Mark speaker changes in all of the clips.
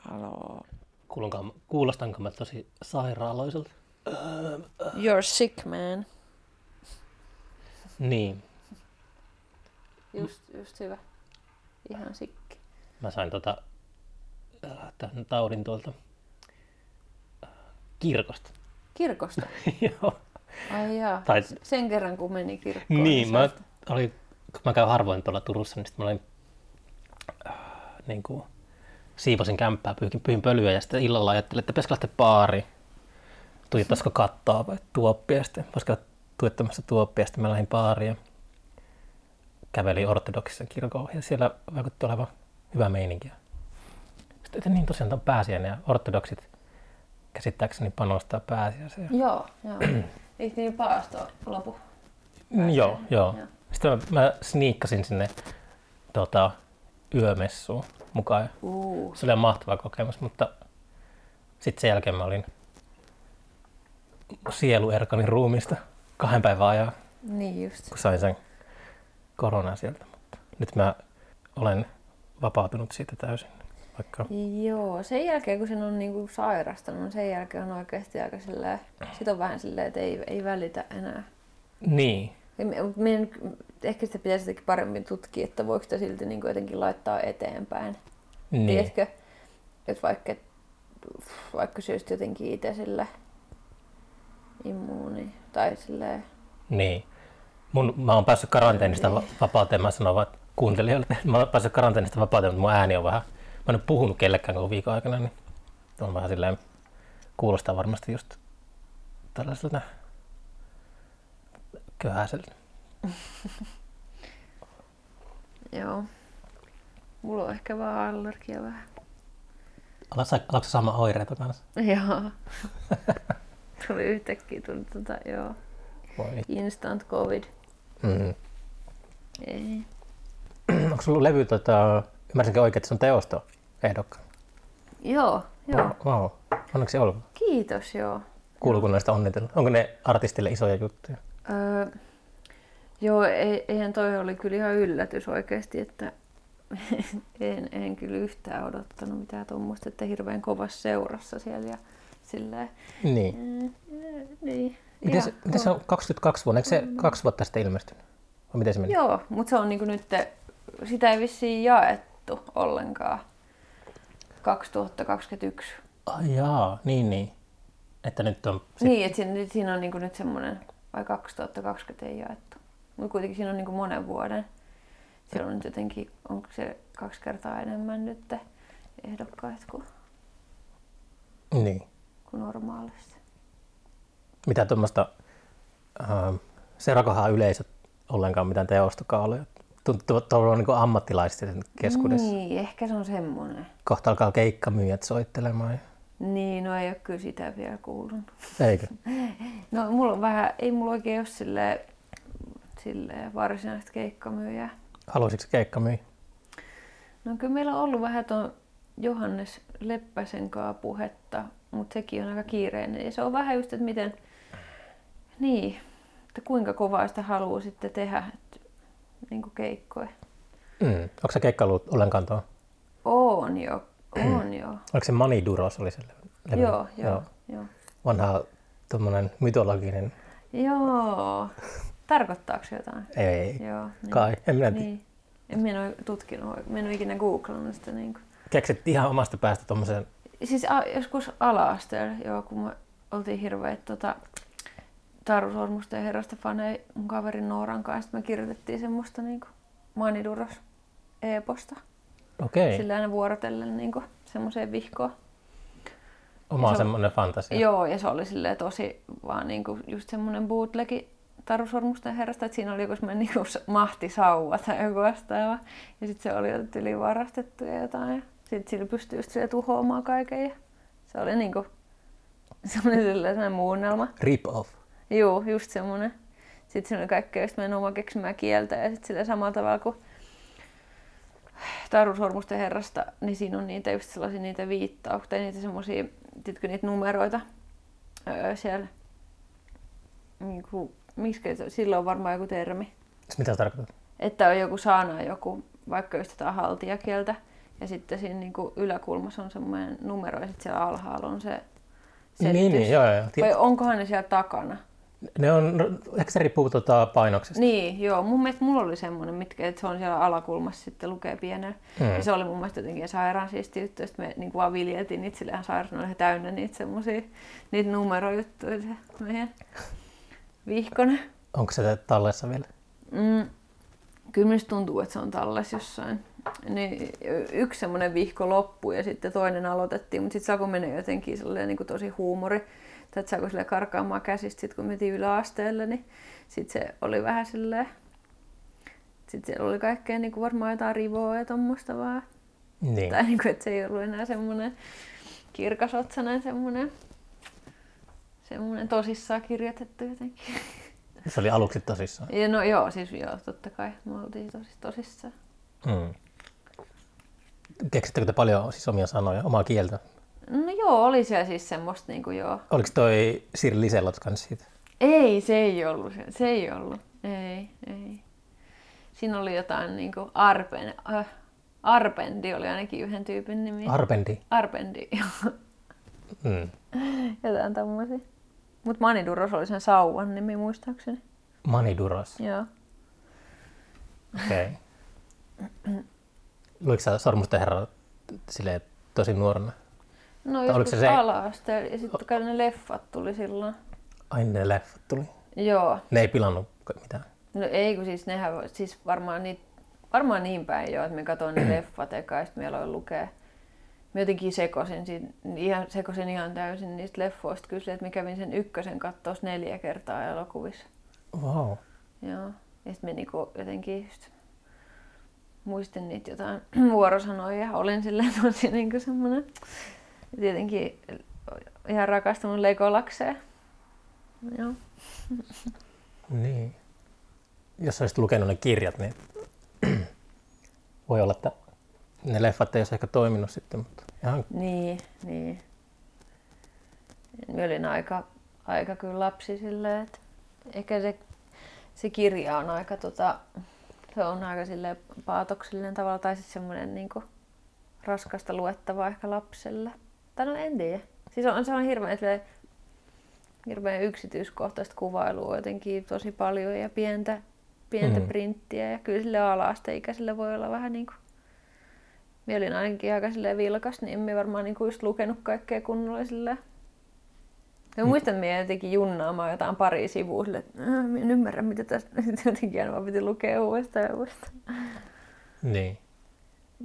Speaker 1: Haloo.
Speaker 2: Kuulonkaan, kuulostanko mä tosi sairaaloiselta?
Speaker 1: You're sick man.
Speaker 2: Niin,
Speaker 1: Just, just hyvä. Ihan sikki.
Speaker 2: mä sain tota, äh, tämän taudin tuolta äh, kirkosta.
Speaker 1: Kirkosta.
Speaker 2: Joo.
Speaker 1: Ai jaa.
Speaker 2: Tai-
Speaker 1: Sen kerran kun meni kirkkoon.
Speaker 2: Niin, mä,
Speaker 1: saat-
Speaker 2: oli, kun mä käyn harvoin tuolla Turussa, niin sit mä olin, äh, niin kuin, siivosin kämppää, pyyhin, pyyhin pölyä ja sitten illalla ajattelin, että pitäisikö lähteä baariin. Tuijottaisiko kattoa vai tuoppia, ja sitten voisi käydä tuijottamassa tuoppia, ja sitten mä lähdin baariin ja kävelin ortodoksisen kirkon ohi, ja siellä vaikutti olevan hyvä meininki. Sitten että niin tosiaan tämä on pääsiäinen ja ortodoksit käsittääkseni panostaa pääsiäiseen.
Speaker 1: Joo, joo. Eikö niin paasto lopu?
Speaker 2: Mm, Joo, joo.
Speaker 1: Joo.
Speaker 2: Sitten mä, mä sniikkasin sinne tota, yömessuun mukaan.
Speaker 1: Uu.
Speaker 2: Se oli ihan mahtava kokemus, mutta sitten sen jälkeen mä olin sieluerkani ruumista kahden päivän ajan,
Speaker 1: Niin just.
Speaker 2: kun sain sen koronan sieltä. Mutta nyt mä olen vapautunut siitä täysin, vaikka
Speaker 1: Joo, sen jälkeen kun sen on niinku sairastanut, niin sen jälkeen on oikeasti aika silleen, sit on vähän silleen, että ei, ei välitä enää.
Speaker 2: niin,
Speaker 1: Ei me- mut Meidän, ehkä sitä pitäisi jotenkin paremmin tutkia, että voiko sitä silti niinku jotenkin laittaa eteenpäin.
Speaker 2: niin.
Speaker 1: Tiedätkö, että vaikka, vaikka se olisi jotenkin itse sille immuuni tai silleen,
Speaker 2: Niin. Mun, mä oon päässyt karanteenista va- vapauteen, mä sanon vaan kuuntelijoille, että mä oon päässyt karanteenista vapauteen, mutta mun ääni on vähän, mä en ole puhunut kellekään koko viikon aikana, niin on vähän silleen, kuulostaa varmasti just tällaiselta köhäiseltä.
Speaker 1: joo. Mulla on ehkä vaan allergia vähän.
Speaker 2: Alatko sä- alatko sä saamaan oireita kanssa?
Speaker 1: Joo. Tuli yhtäkkiä, tuli tota, joo.
Speaker 2: Voi.
Speaker 1: Instant covid.
Speaker 2: Mm.
Speaker 1: Ei.
Speaker 2: Onko sulla ollut levy, tota, ymmärsinkö oikein, että se on teosto ehdokkaan?
Speaker 1: Joo, joo.
Speaker 2: Wow. Onneksi olkoon.
Speaker 1: Kiitos, joo.
Speaker 2: Kuuluuko näistä onnitella? Onko ne artistille isoja juttuja?
Speaker 1: Öö, joo, ei- eihän toi oli kyllä ihan yllätys oikeasti, että en, en kyllä yhtään odottanut mitään tuommoista, että hirveän kovassa seurassa siellä ja silleen.
Speaker 2: Niin.
Speaker 1: Mm, mm, niin.
Speaker 2: Miten,
Speaker 1: Ihan
Speaker 2: se, miten se on 22 vuonna? Eikö se kaksi vuotta sitten ilmestynyt? Vai miten se meni?
Speaker 1: Joo, mutta se on niinku nyt, sitä ei vissiin jaettu ollenkaan 2021.
Speaker 2: Ai jaa, niin niin. Että nyt on...
Speaker 1: Sit... Niin, että siinä, nyt siinä on niinku nyt semmoinen, vai 2020 ei jaettu. Mutta kuitenkin siinä on niinku monen vuoden. Siellä on nyt jotenkin, onko se kaksi kertaa enemmän nyt ehdokkaat kuin,
Speaker 2: Niin.
Speaker 1: kuin normaalisti.
Speaker 2: Mitä tuommoista... Ähm, seurakohan yleisö ollenkaan mitään teostokaaloja. Tuntuu, että on niin ammattilaisten keskuudessa. Mm.
Speaker 1: Niin, ehkä se on semmoinen.
Speaker 2: Kohta alkaa keikkamyyjät soittelemaan. ja-
Speaker 1: Niin, no ei ole kyllä sitä vielä kuulunut.
Speaker 2: Eikö?
Speaker 1: No mulla on vähän, ei mulla oikein ole silleen, silleen varsinaista keikkamyyjää.
Speaker 2: Haluaisitko keikkamyyjä?
Speaker 1: No kyllä meillä on ollut vähän tuon Johannes Leppäsen kanssa puhetta, mutta sekin on aika kiireinen. Ja se on vähän just, että miten, niin, että kuinka kovaa sitä haluaa sitten tehdä että, niin kuin keikkoja.
Speaker 2: Mm. Onko se keikkaillut ollenkaan tuo?
Speaker 1: On jo, on jo.
Speaker 2: Oliko se Mani Duros oli se levy? levy?
Speaker 1: Joo, joo, joo.
Speaker 2: Vanha tuommoinen mytologinen...
Speaker 1: Joo. Tarkoittaako se jotain?
Speaker 2: Ei, ei.
Speaker 1: Joo.
Speaker 2: Kai, en minä tiedä.
Speaker 1: Niin. En minä ole tutkinut, oike- mä en ole ikinä googlannut sitä. Niin kuin.
Speaker 2: Keksit ihan omasta päästä tuommoisen
Speaker 1: Siis a, joskus ala-asteella, joo, kun me oltiin hirveet tota, Taru Sormusten herrasta faneja mun kaverin Nooran kanssa. Me kirjoitettiin semmoista niinku maniduros e-posta.
Speaker 2: Okei,
Speaker 1: Sillä aina vuorotellen niinku semmoiseen vihkoon.
Speaker 2: oma
Speaker 1: se-
Speaker 2: semmoinen fantasia.
Speaker 1: Joo, ja se oli silleen tosi vaan niinku just semmoinen bootlegi Taru Sormusten herrasta, että siinä oli joku semmoinen niinku s- mahtisauva tai joku vastaava. Ja sitten se oli yli varastettu ja jotain. Ja sitten sillä pystyi just sille tuhoamaan kaiken. Ja se oli niinku semmoinen silleen semmoinen muunnelma.
Speaker 2: Rip off.
Speaker 1: Joo, just semmoinen. Sitten siinä oli kaikkea just meidän omaa keksimää kieltä ja sitten sillä samalla tavalla kuin Taru Sormusten herrasta, niin siinä on niitä just sellaisia niitä viittauksia, tai niitä semmoisia, tiedätkö niitä numeroita öö, siellä. Niin kuin, miksi, se- sillä on varmaan joku termi
Speaker 2: Mitä se tarkoittaa?
Speaker 1: että on joku sana, joku vaikka just jotain haltijakieltä. Ja sitten siinä niin kuin yläkulmassa on semmoinen numero ja sitten siellä alhaalla on se
Speaker 2: Niin, niin, joo, joo.
Speaker 1: Vai onkohan ne siellä takana?
Speaker 2: Ne on, ehkä se riippuu tuota painoksesta.
Speaker 1: Niin, joo. Mun mielestä mulla oli semmoinen, mitkä, että se on siellä alakulmassa sitten lukee pienellä. Mm. Ja se oli mun mielestä jotenkin sairaan siisti juttu, että me niin kuin vaan viljeltiin niitä sillä ihan sairaan, oli täynnä niitä semmoisia, niitä numerojuttuja se meidän vihkona.
Speaker 2: Onko se tallessa vielä?
Speaker 1: Mm. Kyllä minusta tuntuu, että se on talles jossain. Niin, yksi semmoinen vihko loppui ja sitten toinen aloitettiin, mutta sitten Sako menee jotenkin silleen, niin kuin tosi huumori. Tai että Sako silleen karkaamaan käsistä, sit kun mentiin yläasteelle, niin sitten se oli vähän silleen... Sitten siellä oli kaikkea niin kuin varmaan jotain rivoa ja tuommoista vaan.
Speaker 2: Niin.
Speaker 1: Tai niin kuin, että se ei ollut enää semmoinen kirkasotsainen semmoinen, semmoinen tosissaan kirjoitettu jotenkin.
Speaker 2: Se oli aluksi tosissaan.
Speaker 1: Ja no joo, siis joo, totta kai. Me oltiin tosi, tosissaan.
Speaker 2: Mm. Keksittekö te paljon siis omia sanoja, omaa kieltä?
Speaker 1: No joo, oli siellä siis semmoista niinku joo.
Speaker 2: Oliko toi Sirli Liselot kanssa siitä?
Speaker 1: Ei, se ei ollut. se- Se ei ollut. Ei, ei. Siinä oli jotain niinku Arpen... Äh, Arpendi oli ainakin yhden tyypin nimi.
Speaker 2: Arpendi.
Speaker 1: Arpendi, joo.
Speaker 2: Mm.
Speaker 1: Jotain tommosia. Mut Maniduros oli sen sauvan nimi muistaakseni.
Speaker 2: Maniduros.
Speaker 1: Joo.
Speaker 2: Okei. Okay. Luitko sä Sormusten herra silleen tosi nuorena?
Speaker 1: No
Speaker 2: oliko
Speaker 1: joskus
Speaker 2: se
Speaker 1: se
Speaker 2: se-
Speaker 1: ala-asteella ja sitten kai ne leffat tuli silloin.
Speaker 2: Ai ne leffat tuli.
Speaker 1: Joo.
Speaker 2: Ne ei pilannut ka- mitään.
Speaker 1: No ei, kun siis nehän, voi- siis varmaan, niit, varmaan niin päin joo, että me katsoin ne leffat eka ja sitten me aloin lukea. Mä jotenkin sekosin, siitä, ihan, sekosin ihan täysin niistä leffoista kyllä, silleen, että mä kävin sen ykkösen kattoos neljä kertaa elokuvissa.
Speaker 2: Wow.
Speaker 1: Joo. Ja sitten mä niinku jotenkin just muistin niitä jotain vuorosanoja ja olin silleen tosi niinku semmonen tietenkin ihan rakastunut Legolakseen. Joo.
Speaker 2: Niin. Jos olisit lukenut ne kirjat, niin voi olla, että ne leffat ei olisi ehkä toiminut sitten, mutta ihan
Speaker 1: Niin, niin. Minä olin aika, aika kyllä lapsi silleen, että ehkä se, se kirja on aika, tota, se on aika silleen paatoksellinen tavalla tai sitten semmoinen niinku raskasta luettavaa ehkä lapselle. Tai no en tiedä. Siis on, se on hirveän, silleen, hirveän yksityiskohtaista kuvailua jotenkin tosi paljon ja pientä, pientä
Speaker 2: Mm.
Speaker 1: mm. printtiä. Ja kyllä sille ala-asteikäiselle voi olla vähän niin kuin Mä olin ainakin aika silleen vilkas, niin en mä varmaan niinku just lukenut kaikkea kunnolla silleen. Mä muistan, että mä jotenkin junnaamaan jotain pari sivua silleen, että "Äh, mä en ymmärrä, mitä tästä jotenkin aina vaan piti lukea uudestaan ja uudestaan.
Speaker 2: niin.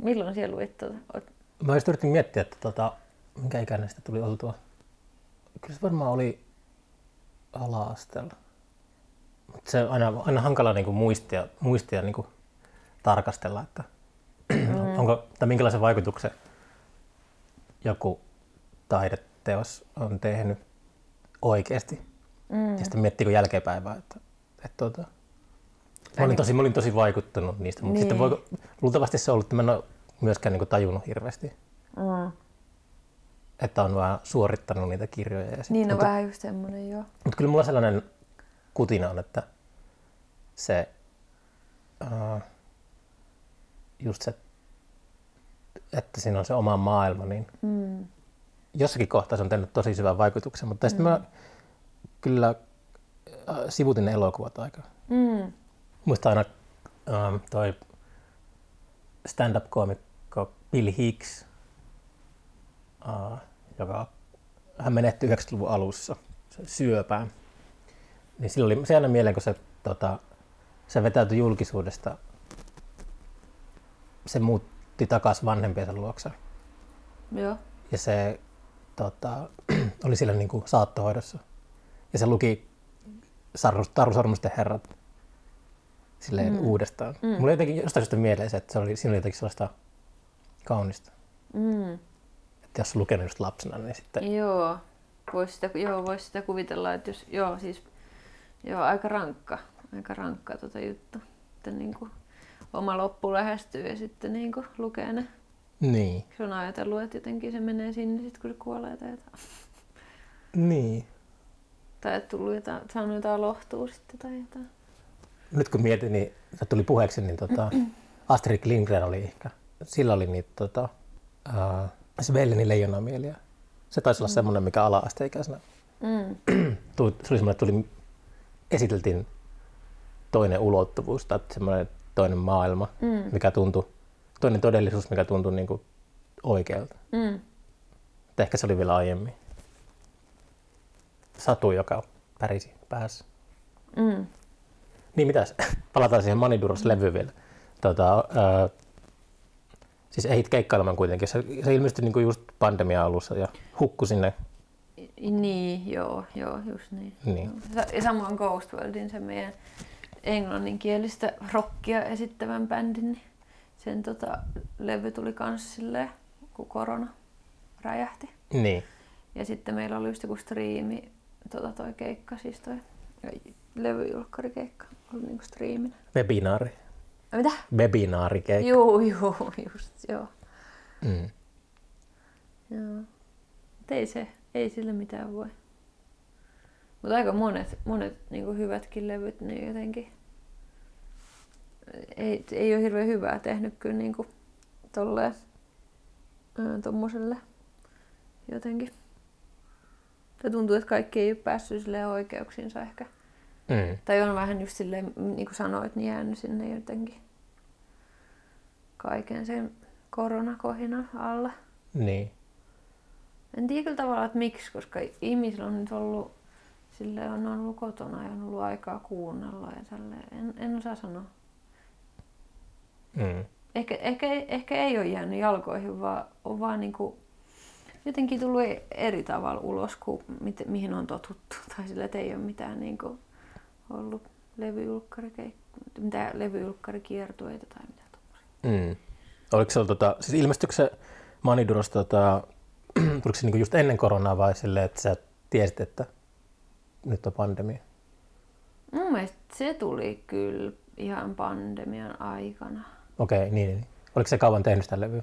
Speaker 1: Milloin siellä luit tuota? Oot-
Speaker 2: Mä just yritin miettiä, että tota, minkä ikäinen sitä tuli oltua. Kyllä se varmaan oli ala-asteella. Mut se on aina, aina hankala niinku muistia, muistia niinku tarkastella, että mm. onko, tai minkälaisen vaikutuksen joku taideteos on tehnyt oikeasti. Mm. Ja sitten miettii kun jälkeenpäivää, että, että tuota, mä, olin tosi, mä olin tosi vaikuttunut niistä, mutta niin. sitten voiko, luultavasti se on ollut, että mä en ole myöskään niinku tajunnut hirveästi
Speaker 1: Mm.
Speaker 2: että on vaan suorittanut niitä kirjoja. Ja sit,
Speaker 1: Niin on
Speaker 2: mutta,
Speaker 1: vähän just semmonen joo.
Speaker 2: mutta kyllä mulla sellainen kutina on, että se äh, just se, että siinä on se oma maailma, niin
Speaker 1: Mm.
Speaker 2: jossakin kohtaa se on tehnyt tosi syvän vaikutuksen, mutta mm. sitten mä kyllä äh, sivutin ne elokuvat aika.
Speaker 1: Mm.
Speaker 2: Muistan aina äh, toi stand-up-koomikko Bill Hicks, äh, joka hän menehtyi 90-luvun alussa se- syöpään. Niin sillä oli se aina mieleen, kun se, tota, se vetäytyi julkisuudesta. Se muutti takaisin vanhempiensa luokse
Speaker 1: Joo.
Speaker 2: ja se tota, oli siellä niin kuin saattohoidossa. Ja se luki Sarru, Taru Sormusten herrat silleen mm. uudestaan. Mm. Mulla oli jotenkin jostain syystä mieleen se, että se oli, siinä oli jotenkin sellaista kaunista.
Speaker 1: Mm.
Speaker 2: Että jos on lukenut just lapsena, niin sitten
Speaker 1: Joo. Voisi sitä, joo, vois sitä kuvitella, että jos, joo, siis, joo, aika rankka, aika rankka tota juttu. Että niinku oma loppu lähestyy ja sitten niinku lukee ne.
Speaker 2: niin.
Speaker 1: Se on ajatellut, että jotenkin se menee sinne sitten, kun se kuolee tai jotain.
Speaker 2: niin.
Speaker 1: Tai että tullut jotain, saanut jotain lohtua sitten tai jotain.
Speaker 2: Nyt kun mietin, niin se tuli puheeksi, niin tota, Astrid Lindgren oli ehkä sillä oli niitä tota, äh, Svellinin leijonamieliä. Se taisi olla mm. semmoinen, mikä ala-asteikäisenä
Speaker 1: Mm.
Speaker 2: tuli, se oli semmoinen, että tuli, esiteltiin toinen ulottuvuus tai semmoinen toinen maailma,
Speaker 1: Mm.
Speaker 2: mikä tuntui, toinen todellisuus, mikä tuntui niin kuin oikealta.
Speaker 1: Mm.
Speaker 2: Et ehkä se oli vielä aiemmin. Satu, joka pärisi päässä.
Speaker 1: Mm.
Speaker 2: Niin mitäs, palataan siihen Maniduros-levyyn vielä. Tota, ää, siis ehdit keikkailemaan kuitenkin. Se, se ilmestyi niinku just pandemia alussa ja hukku sinne.
Speaker 1: Niin, joo, joo, just niin.
Speaker 2: Niin.
Speaker 1: Joo. Sa- Ja samoin Ghost Worldin, se meidän englanninkielistä rockia esittävän bändin, niin sen tota, levy tuli kans silleen, kun korona räjähti.
Speaker 2: Niin.
Speaker 1: Ja sitten meillä oli just joku striimi, tota toi keikka, siis toi levyjulkkarikeikka, oli niinku striiminä.
Speaker 2: Webinaari.
Speaker 1: Ai Mitä?
Speaker 2: Webinaarikeikka.
Speaker 1: Juu, juu, just joo.
Speaker 2: Mm.
Speaker 1: Joo. Mut ei se, ei sille mitään voi. Mutta aika monet, monet niinku hyvätkin levyt, niin jotenkin ei, ei ole hirveän hyvää tehnyt kyllä niinku tolleen ää, tommoselle jotenkin. Tai tuntuu, että kaikki ei ole päässyt silleen oikeuksiinsa ehkä.
Speaker 2: Mm.
Speaker 1: Tai on vähän just silleen, m- niin kuin sanoit, niin jäänyt sinne jotenkin kaiken sen koronakohinan alla.
Speaker 2: Niin.
Speaker 1: En tiedä kyllä tavallaan, että miksi, koska ihmisillä on nyt ollut, sille on ollut kotona ja on ollut aikaa kuunnella ja tälleen. En, en osaa sanoa.
Speaker 2: Mm.
Speaker 1: Ehkä, ehkä, ei- ehkä ei ole jäänyt jalkoihin, vaan on vaan niin kuin jotenkin tullut e- eri tavalla ulos kuin mit, mihin on totuttu. Tai sillä, että ei ole mitään niin kuin ollut levyjulkkarikeik- mitä levyjulkkarikiertueita tai mitä tuota. tuommoisia.
Speaker 2: Mm. Oliko se, tota, siis ilmestyykö se Maniduros, tota, tuliko se niinku just ennen koronaa vai silleen, että sä tiesit, että nyt on pandemia?
Speaker 1: Mun mielestä se tuli kyllä ihan pandemian aikana.
Speaker 2: Okei, okay, niin, niin. Oliko se kauan tehnyt sitä levyä?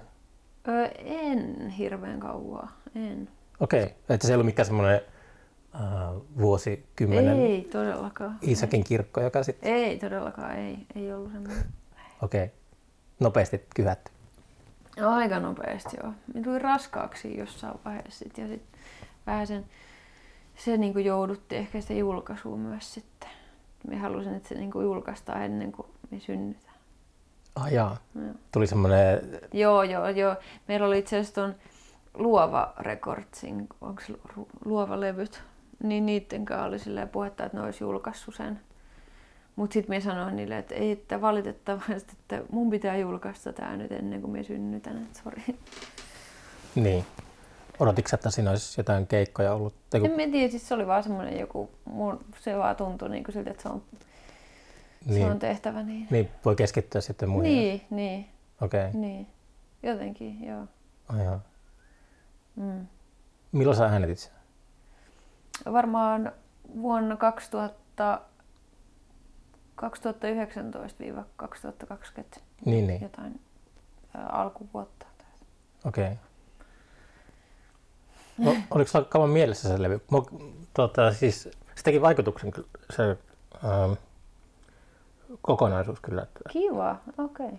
Speaker 1: Öö, en hirveän kauaa, en.
Speaker 2: Okei, okay. että se ei ollut mikään semmoinen äh, vuosikymmenen
Speaker 1: Ei todellakaan.
Speaker 2: Iisakin kirkko, joka sitten...
Speaker 1: Ei todellakaan, ei, ei ollut semmoinen.
Speaker 2: Okei, okay. nopeasti kyhätty.
Speaker 1: Aika nopeasti joo. Minä tuli raskaaksi jossain vaiheessa sit, ja sitten vähän sen, se niinku jouduttiin ehkä sitä julkaisua myös sitten. Minä halusin, että se niinku julkaistaan ennen kuin me synnytään.
Speaker 2: Ah, jaa.
Speaker 1: No Joo.
Speaker 2: Tuli semmoinen...
Speaker 1: Joo, joo, joo. Meillä oli itse asiassa tuon Luova Recordsin, onko se Lu- Luova levyt, niin niiden kanssa oli silleen puhetta, että ne olisi julkaissut sen. Mutta sitten minä sanoin niille, että ei, että valitettavasti, että mun pitää julkaista tämä nyt ennen kuin minä synnytän, että sori.
Speaker 2: Niin. Odotitko sä, että siinä olisi jotain keikkoja ollut? Tai
Speaker 1: En
Speaker 2: kun...
Speaker 1: mä tiedä, siis se oli vaan semmoinen joku, mun, se vaan tuntui niin kuin siltä, että se on, niin. se on
Speaker 2: niin,
Speaker 1: tehtävä niin.
Speaker 2: niin, voi keskittyä sitten muihin.
Speaker 1: Niin, niin,
Speaker 2: Okei. Okay.
Speaker 1: niin. Jotenkin, joo.
Speaker 2: Aivan.
Speaker 1: Mm.
Speaker 2: Milloin sä äänetit sen?
Speaker 1: Varmaan vuonna 2000, 2019-2020
Speaker 2: Niin, niin.
Speaker 1: jotain ää, alkuvuotta.
Speaker 2: Okei. Okay. No, oliko sulla kauan mielessä se levy? Mua, tota, siis, se teki vaikutuksen kyllä se ähm, kokonaisuus kyllä. Että,
Speaker 1: Kiva, okei. Okay.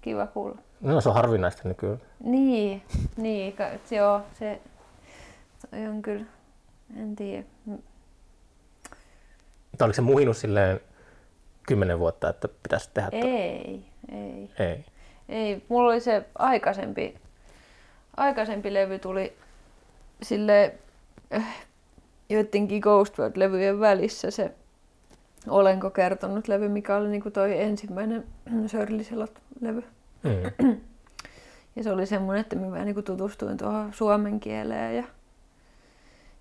Speaker 1: Kiva kuulla.
Speaker 2: no se on harvinaista nykyään.
Speaker 1: Niin, niin ka- joo, se toi on kyllä, en tiedä. Mm,
Speaker 2: Tai oliko se muhinut silleen kymmenen vuotta, että pitäisi tehdä? to-
Speaker 1: Ei, ei.
Speaker 2: Ei.
Speaker 1: Ei, mulla oli se aikaisempi, aikaisempi levy tuli sille äh, joidenkin Ghost World-levyjen välissä se Olenko kertonut levy, mikä oli niinku toi ensimmäinen Shirley Selot-levy.
Speaker 2: Mm.
Speaker 1: Ja se oli semmoinen, että mä vähän niinku tutustuin tuohon suomen kieleen ja,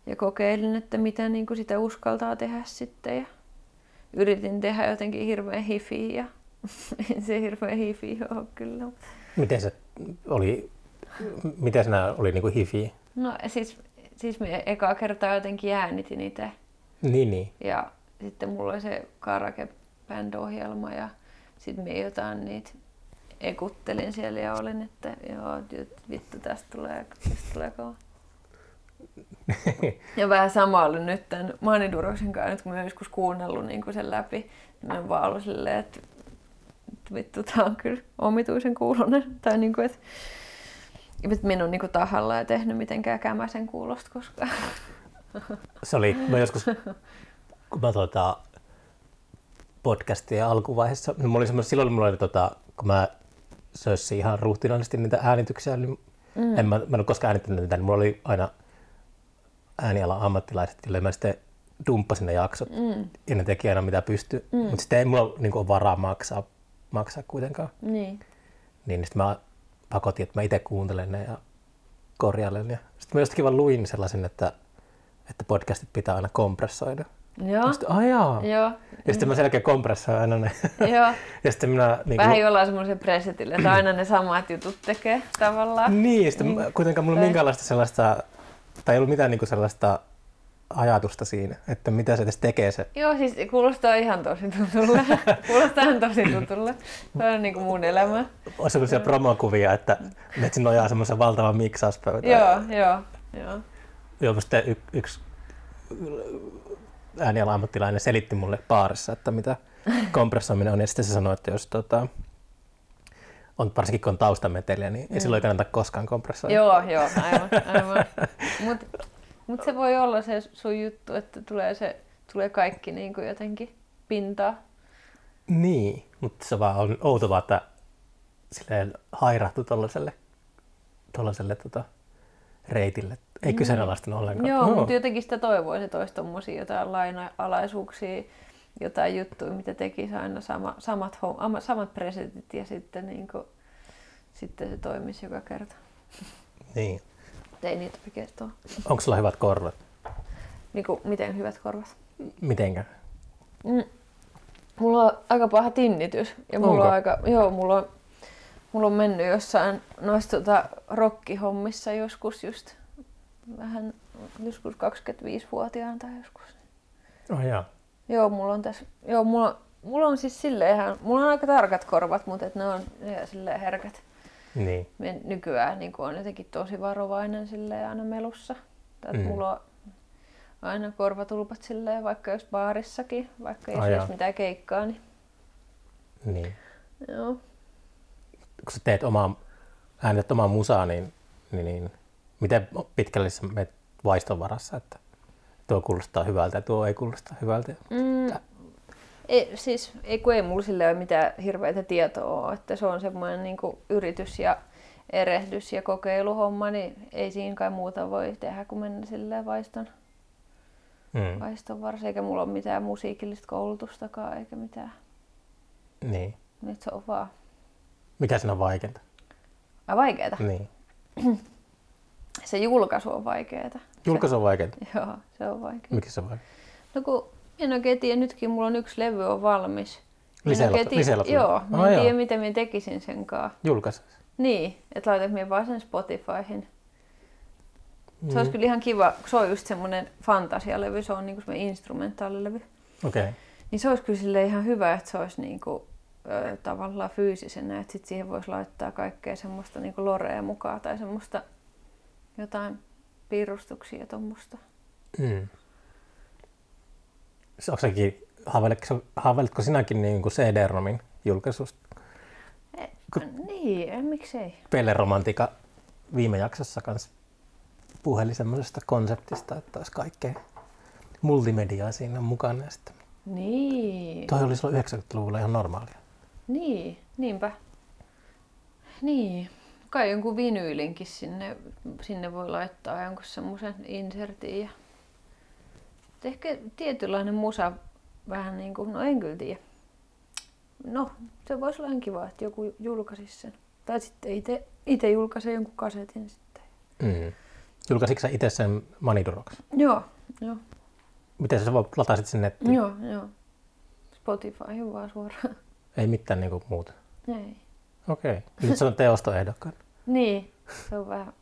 Speaker 1: ja kokeilin, että mitä niinku sitä uskaltaa tehdä sitten. Ja yritin tehdä jotenkin hirveän hifiä ja ei se hirveän hifi ole kyllä.
Speaker 2: Miten se oli, miten nämä oli niinku hifi?
Speaker 1: No siis, siis me ekaa kertaa jotenkin äänitin itse.
Speaker 2: Niin, niin.
Speaker 1: Ja sitten mulla oli se karake-bändiohjelma ja sitten me jotain niitä ekuttelin siellä ja olin, että joo, nyt vittu tästä tulee, tästä tulee kova. ja vähän sama oli nyt tämän niinku Maniduroksen kanssa, nyt kun mä oon joskus kuunnellut niin sen läpi, niin mä oon vaan ollut silleen, että että vittu, tää on kyllä omituisen kuulonen. Tai niin kuin, että että minun niin tahalla ei tehnyt mitenkään kämäsen kuulosta koskaan.
Speaker 2: Se oli, mä joskus, kun mä tota, podcastia alkuvaiheessa, niin mulla oli semmos, silloin mulla oli, tota, kun mä sössin ihan ruhtinaallisesti niitä äänityksiä, niin mm. en, mä, mä en ole koskaan äänittänyt niitä, niin mulla oli aina äänialan ammattilaiset, joille mä sitten dumppasin ne jaksot, mm. ja ne teki aina mitä pystyy, mm. mutta sitten ei mulla niin ole varaa maksaa, maksaa kuitenkaan.
Speaker 1: Niin.
Speaker 2: Niin sitten mä pakotin, että mä itse kuuntelen ne ja korjailen. Ja sitten mä jostakin vaan luin sellaisen, että, että podcastit pitää aina kompressoida.
Speaker 1: Joo.
Speaker 2: Sitten, oh, jaa.
Speaker 1: Joo.
Speaker 2: Ja sitten mä selkeä kompressoin aina ne.
Speaker 1: Joo.
Speaker 2: ja sitten minä... Niin
Speaker 1: Vähän jollain semmoisen presetille, että aina ne samat jutut tekee tavallaan.
Speaker 2: Niin, sitten mä- kuitenkaan mulla ei minkäänlaista sellaista, tai ei ollut mitään niinku sellaista ajatusta siinä, että mitä se edes tekee se.
Speaker 1: Joo, siis kuulostaa ihan tosi tutulle. kuulostaa ihan tosi tutulle. Se on niin kuin mun elämä.
Speaker 2: On sellaisia
Speaker 1: Mm.
Speaker 2: promokuvia, että metsin nojaa semmoisen valtavan miksauspöytään.
Speaker 1: Joo, joo, joo.
Speaker 2: Joo, sitten y- yksi äänialan ammattilainen selitti mulle baarissa, että mitä kompressoiminen on. Ja sitten se sanoi, että jos tota, on, varsinkin kun on taustameteliä, niin ei silloin kannata koskaan kompressoida.
Speaker 1: Mm. Joo, joo, aivan, aivan. Mutta mut se voi olla se sun juttu, että tulee, se, tulee kaikki niin kuin jotenkin pintaa.
Speaker 2: Niin, mutta se vaan on outovaa, että silleen hairahtui tollaselle, tollaselle tota, reitille. Ei mm. kyseenalaistanut ollenkaan.
Speaker 1: Joo, mutta jotenkin sitä toivoisi, että olisi tommosia jotain lainalaisuuksia, jotain juttuja, mitä tekisi aina sama, samat, home, ama- samat presentit ja sitten, niin kuin, sitten se toimisi joka kerta.
Speaker 2: niin.
Speaker 1: Mut Ei niitä oikeastaan. ole.
Speaker 2: Onko sulla hyvät korvat?
Speaker 1: Niin kuin, miten hyvät korvat?
Speaker 2: Mitenkä?
Speaker 1: Mulla on aika paha tinnitys. Ja mulla
Speaker 2: Onko?
Speaker 1: on aika, joo, mulla on, mulla on mennyt jossain noissa tota, rokkihommissa joskus just vähän, joskus 25-vuotiaana tai joskus.
Speaker 2: Oh, jaa.
Speaker 1: Joo, mulla on tässä, joo, mulla, on- mulla on siis silleen ihan, mulla on aika tarkat korvat, mutta et ne on ne on silleen herkät.
Speaker 2: Niin.
Speaker 1: Mä en- nykyään niin on jotenkin tosi varovainen silleen aina melussa. Tai mm.
Speaker 2: Mm.
Speaker 1: mulla on aina korvatulpat silleen, vaikka jos baarissakin, vaikka ei
Speaker 2: Ai
Speaker 1: siis
Speaker 2: jaa.
Speaker 1: mitään keikkaa, niin
Speaker 2: niin.
Speaker 1: joo.
Speaker 2: kun sä teet omaa, äänität omaa musaa, niin, niin, niin miten pitkälle sä menet vaiston varassa, että tuo kuulostaa hyvältä ja tuo ei kuulosta hyvältä.
Speaker 1: Mm, ei, siis, ei, kun ei mulla sille ole mitään hirveitä tietoa ole, että se on semmoinen niin yritys ja erehdys ja kokeiluhomma, niin ei siinä kai muuta voi tehdä kuin mennä silleen vaiston,
Speaker 2: Mm.
Speaker 1: vaiston varsin, eikä mulla ole mitään musiikillista koulutustakaan eikä mitään.
Speaker 2: Niin.
Speaker 1: Nyt se on vaan
Speaker 2: Mikä siinä on vaikeinta?
Speaker 1: Ai, vaikeeta.
Speaker 2: Niin.
Speaker 1: Se julkaisu on vaikeeta.
Speaker 2: Julkaisu on vaikeinta.
Speaker 1: Joo, se on vaikeeta.
Speaker 2: Miksi se on vaikeinta?
Speaker 1: No kun en oikein tiedä, nytkin mulla on yksi levy on valmis. Mä en
Speaker 2: Lisällä-
Speaker 1: oikein tiedä-
Speaker 2: lisällä tulee.
Speaker 1: Joo, mä
Speaker 2: Ai
Speaker 1: en
Speaker 2: joo.
Speaker 1: tiedä, miten mä tekisin sen kanssa.
Speaker 2: Julkaisu.
Speaker 1: Niin, että laitan minä vaan sen Spotifyhin. Se
Speaker 2: Niin.
Speaker 1: olisi kyllä ihan kiva, kun se on just semmoinen fantasialevy, se on niinku semmoinen instrumentaalilevy.
Speaker 2: Okei. Okay.
Speaker 1: Niin se olisi kyllä sille ihan hyvä, että se olisi niinku, ö, tavallaan fyysisenä, että sit siihen voisi laittaa kaikkea semmoista niinku lorea mukaan tai semmoista jotain piirustuksia ja tuommoista.
Speaker 2: Mm. Se- Onko säkin, haaveiletko, haaveiletko sinäkin niin kuin CD-romin julkaisusta?
Speaker 1: Niin, en, miksei.
Speaker 2: Pelle Romantika viime jaksossa kanssa puheli semmoisesta konseptista, että olisi kaikkea multimediaa siinä mukana. Ja sitten
Speaker 1: Niin,
Speaker 2: toi oli silloin 90-luvulla ihan normaalia.
Speaker 1: niin, niinpä. Niin, kai jonkun vinyylinkin sinne, sinne voi laittaa jonkun semmoisen insertin. Ja... Et Ehkä tietynlainen musa vähän niin kuin, no en kyllä tiedä. No, se voisi olla ihan kiva, että joku julkaisisi sen. Tai sitten itse, itse julkaisee jonkun kasetin sitten.
Speaker 2: Mm. Julkaisitko sä itse sen Maniduroksi?
Speaker 1: Joo, joo,
Speaker 2: Miten sä voi latasit sen nettiin?
Speaker 1: joo, joo. Spotify vaan suoraan.
Speaker 2: Ei mitään niinku muuta.
Speaker 1: Ei.
Speaker 2: Okei. Okay. Nyt se on teostoehdokkaan.
Speaker 1: Niin, se on vähän,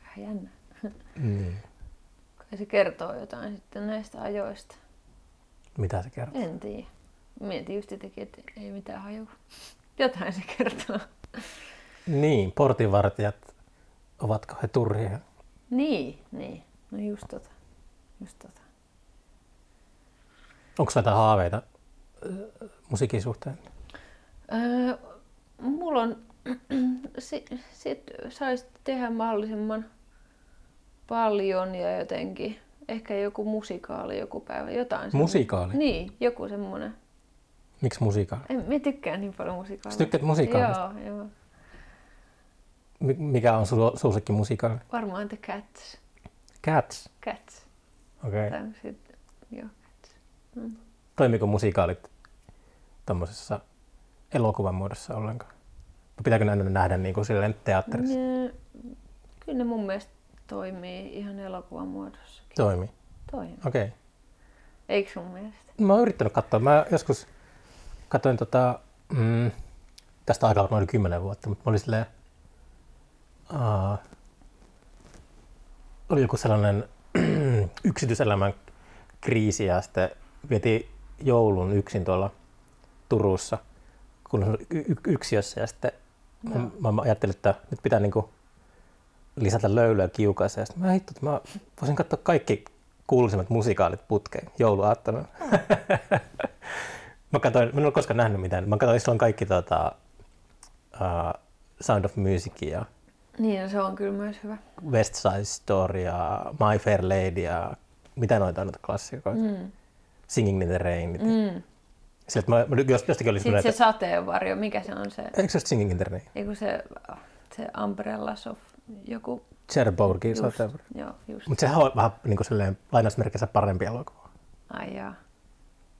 Speaker 1: vähän jännä.
Speaker 2: Niin.
Speaker 1: Kai se kertoo jotain sitten näistä ajoista.
Speaker 2: Mitä se kertoo?
Speaker 1: En tiedä. Mietin just jotenkin, että ei mitään haju. Jotain se kertoo.
Speaker 2: Niin, portinvartijat, ovatko he turhia?
Speaker 1: Niin, niin. No just tota. Just tota.
Speaker 2: Onko sulla jotain haaveita ö, musiikin suhteen?
Speaker 1: Öö, mulla on, si, sit saisi tehdä mahdollisimman paljon ja jotenkin, ehkä joku musikaali joku päivä, jotain. semmo-
Speaker 2: Musikaali?
Speaker 1: Niin, joku semmoinen.
Speaker 2: Miksi musikaali?
Speaker 1: En, mä tykkään niin paljon musikaalista.
Speaker 2: Sä tykkäät musikaalista?
Speaker 1: Joo, joo.
Speaker 2: Mi- Mikä on sun suosikki musikaali?
Speaker 1: Varmaan The Cats.
Speaker 2: Cats.
Speaker 1: Cats.
Speaker 2: Okei. Okay.
Speaker 1: Tämmöiset. Joo, Cats.
Speaker 2: Toimiko musikaalit tuommoisessa elokuvan muodossa ollenkaan? Vai Pitääkö ne aina nähdä niin kuin silleen teatterissa?
Speaker 1: Ne, kyllä ne mun mielestä toimii ihan elokuvan muodossakin.
Speaker 2: Toimii.
Speaker 1: Toimii.
Speaker 2: Okei. Okay.
Speaker 1: Eikö sun mielestä?
Speaker 2: Mä oon yrittänyt katsoa. Mä joskus katsoin tota, mm, tästä aikaa noin 10 vuotta, mutta mä olin silleen, aa, oli joku sellainen yksityiselämän kriisi ja sitten vietiin joulun yksin tuolla Turussa, kun on y- y- yksiössä ja sitten mä, mä, ajattelin, että nyt pitää niinku lisätä löylyä kiukaissa ja sitten mä hitto, että mä voisin katsoa kaikki kuuluisimmat musikaalit putkeen jouluaattona. mä katsoin, mä en ole koskaan nähnyt mitään, mä katsoin silloin kaikki tota, uh, Sound of Music ja
Speaker 1: Niin, no se on kyllä myös hyvä.
Speaker 2: West Side Story ja My Fair Lady ja mitä noita on noita klassikoita. Mm. Singing in the Rain.
Speaker 1: Mm.
Speaker 2: Sillä, että mä, mä jos- jostakin oli
Speaker 1: Sitten
Speaker 2: semmoinen,
Speaker 1: se
Speaker 2: että
Speaker 1: sateenvarjo, mikä se on se?
Speaker 2: eikö se ole Singing in the Rain?
Speaker 1: Eiku se, se Umbrellas of joku.
Speaker 2: Cherbourgin
Speaker 1: Just,
Speaker 2: saattaa.
Speaker 1: joo, just.
Speaker 2: Mutta sehän on vähän niin kuin silleen, lainausmerkissä parempi elokuva.
Speaker 1: Ai jaa.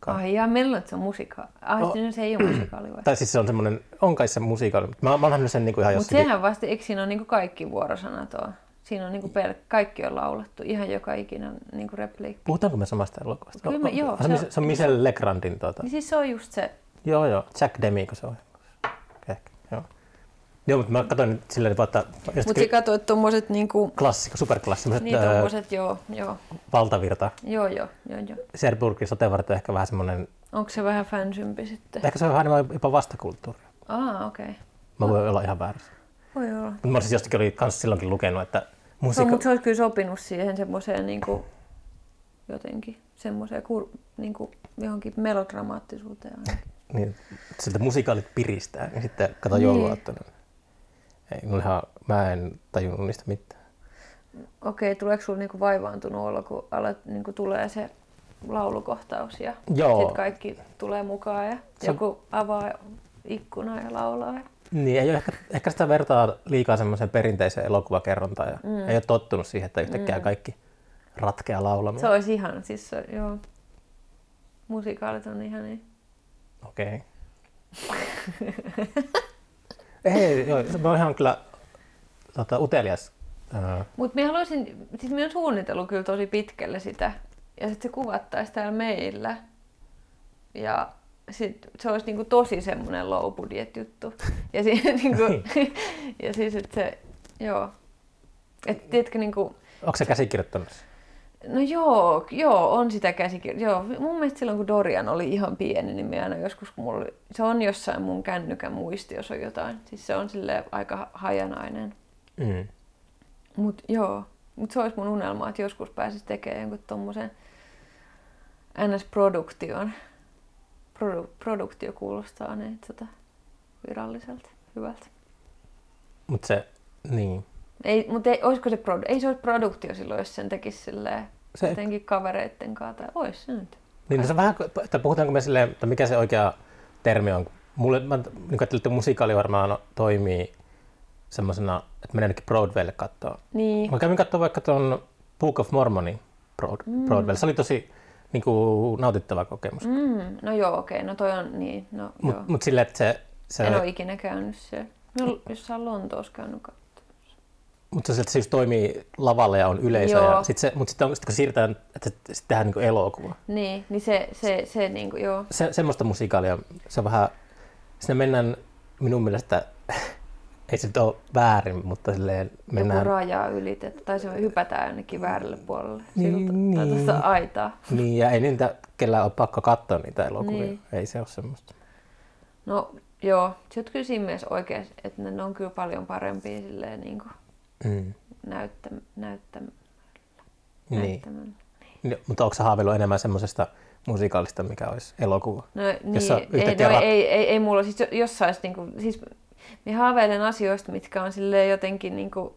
Speaker 2: Ka-
Speaker 1: Ai jaa, meillä on se musika. Ai,
Speaker 2: No.
Speaker 1: no. se ei ole musikaali vai?
Speaker 2: Tai siis se on semmoinen, on kai se musiikaali, mutta mä, mä oon nähnyt sen niin kuin ihan
Speaker 1: Mutta
Speaker 2: jossakin.
Speaker 1: sehän vasta, eikö siinä ole niinku kaikki vuorosanat on? Siinä on niinku pel- kaikki on laulettu, ihan joka ikinen niinku repliikki.
Speaker 2: Puhutaanko me samasta elokuvasta?
Speaker 1: Kyllä me-
Speaker 2: O- o-
Speaker 1: joo,
Speaker 2: Se,
Speaker 1: se
Speaker 2: on,
Speaker 1: on-
Speaker 2: se on Michel Legrandin tuota.
Speaker 1: Niin siis se on just se,
Speaker 2: Joo, joo. Jack Demi, kun se on. Ehkä, joo. Joo, mutta mä katsoin nyt silleen, että
Speaker 1: mutta
Speaker 2: jostakin
Speaker 1: sä katsoit tuommoiset niinku,
Speaker 2: klassikko, superklassi, semmoiset
Speaker 1: niin
Speaker 2: niin, öö,
Speaker 1: tommoset, joo, joo,
Speaker 2: valtavirta.
Speaker 1: joo, joo, joo, joo.
Speaker 2: Serburgin sotevarto ehkä vähän semmoinen,
Speaker 1: Onko se vähän fansympi sitten?
Speaker 2: ehkä se on vähän jopa vastakulttuuri.
Speaker 1: Aa, okei. Okay.
Speaker 2: Mä voin olla ihan väärässä.
Speaker 1: Voi olla.
Speaker 2: Mutta mä siis jostakin oli kans silloinkin lukenut, että
Speaker 1: No,
Speaker 2: musiikka...
Speaker 1: mutta se olisi kyllä sopinut siihen semmoiseen niin kuin, jotenkin semmoiseen kur, niin kuin, johonkin melodramaattisuuteen. ainakin.
Speaker 2: niin, siltä musikaalit piristää, niin sitten kato niin.
Speaker 1: Niin.
Speaker 2: jouluaattona. Ei, no ihan, mä en tajunnut niistä mitään.
Speaker 1: Okei, tuleeko sinulla niinku vaivaantunut olla, kun alat, niinku tulee se laulukohtaus ja
Speaker 2: Joo.
Speaker 1: sitten kaikki tulee mukaan ja
Speaker 2: Se-
Speaker 1: joku avaa ikkunaa ja laulaa. Ja...
Speaker 2: Niin, ei ole ehkä, ehkä sitä vertaa liikaa semmoiseen perinteiseen elokuvakerrontaan ja mm. ei ole tottunut siihen, että yhtäkkiä mm. kaikki ratkeaa
Speaker 1: Se
Speaker 2: laulamaan.
Speaker 1: olisi ihan, siis se, joo. Musikaalit on ihan niin.
Speaker 2: Okei. ei, joo, se- mä oon ihan kyllä tota, utelias. Äh,
Speaker 1: Mutta minä haluaisin, siis minä olen suunnitellut kyllä tosi pitkälle sitä. Ja sitten se kuvattaisi täällä meillä. Ja sit se olisi niinku tosi semmoinen low budget juttu. Ja, si- niinku,
Speaker 2: Niin.
Speaker 1: ja siis, että se, joo. Et tiedätkö, niinku,
Speaker 2: onko se käsikirjoittanut? sen?
Speaker 1: no joo, joo, on sitä käsikirjoja. Joo, mun mielestä silloin kun Dorian oli ihan pieni, niin me aina joskus, kun mulla, oli- se on jossain mun kännykän muisti, jos on jotain. Siis se on sille aika hajanainen.
Speaker 2: Mm.
Speaker 1: Mut joo, mut se olisi mun unelma, että joskus pääsis tekemään jonkun tommosen NS-produktion. Produ- produktio kuulostaa niin, tota, viralliselta, hyvältä.
Speaker 2: Mutta se, niin.
Speaker 1: Ei, mutta ei, olisiko se produ- ei se olisi produktio silloin, jos sen tekisi silleen
Speaker 2: Se-
Speaker 1: se jotenkin kavereitten kanssa. Tai ois se nyt.
Speaker 2: Niin se on vähän, kuin- että puhutaanko me silleen, että mikä se oikea termi on. Mulle, mä niin ajattelin, että musikaali varmaan toimii semmoisena, että menee ainakin Broadwaylle katsoa.
Speaker 1: Niin,
Speaker 2: Mä kävin katsoa vaikka tuon Book of Mormonin Broad, Broadwell. Se oli tosi niin kuin, nautittava kokemus. Mm,
Speaker 1: Mm. mm, no joo, okei, no toi on niin, no
Speaker 2: Mutta
Speaker 1: joo.
Speaker 2: mut silleen, että se, se,
Speaker 1: En ole ikinä käynyt siellä. Mä oon jossain Lontoossa käynyt katsomassa.
Speaker 2: mut se, se just toimii lavalla ja on yleisö.
Speaker 1: Joo.
Speaker 2: Ja sit se, mutta sitten sit kun siirrytään, että se, sit tehdään niin kuin elokuva.
Speaker 1: Niin, niin se, se, se niinku, joo.
Speaker 2: Se, semmoista musikaalia, se on vähän, sinne mennään minun mielestä, ei se nyt ole väärin, mutta silleen
Speaker 1: joku
Speaker 2: mennään
Speaker 1: raja ylitetty, tai se hypätään jonnekin väärälle puolelle
Speaker 2: Niin,
Speaker 1: siltä, tai
Speaker 2: niin.
Speaker 1: tuosta aitaa.
Speaker 2: Niin, ja ei niitä kellään ole pakko katsoa niitä elokuvia. Niin.
Speaker 1: Niin.
Speaker 2: Ei se ole semmoista.
Speaker 1: No joo, se on kyllä siinä mielessä oikein, että ne ne on kyllä paljon parempia silleen niin kuin
Speaker 2: Mm.
Speaker 1: näyttä, näyttä,
Speaker 2: Niin.
Speaker 1: näyttämällä.
Speaker 2: Niin, mutta onko sä haaveillut enemmän semmoisesta musikaalista, mikä olisi elokuva.
Speaker 1: No, niin,
Speaker 2: Jossa
Speaker 1: ei,
Speaker 2: yhtäkkiä
Speaker 1: no,
Speaker 2: rat-
Speaker 1: ei, ei, ei, mulla siis jo- jossain, niin kuin, siis minä haaveilen asioista, mitkä on silleen jotenkin niin kuin,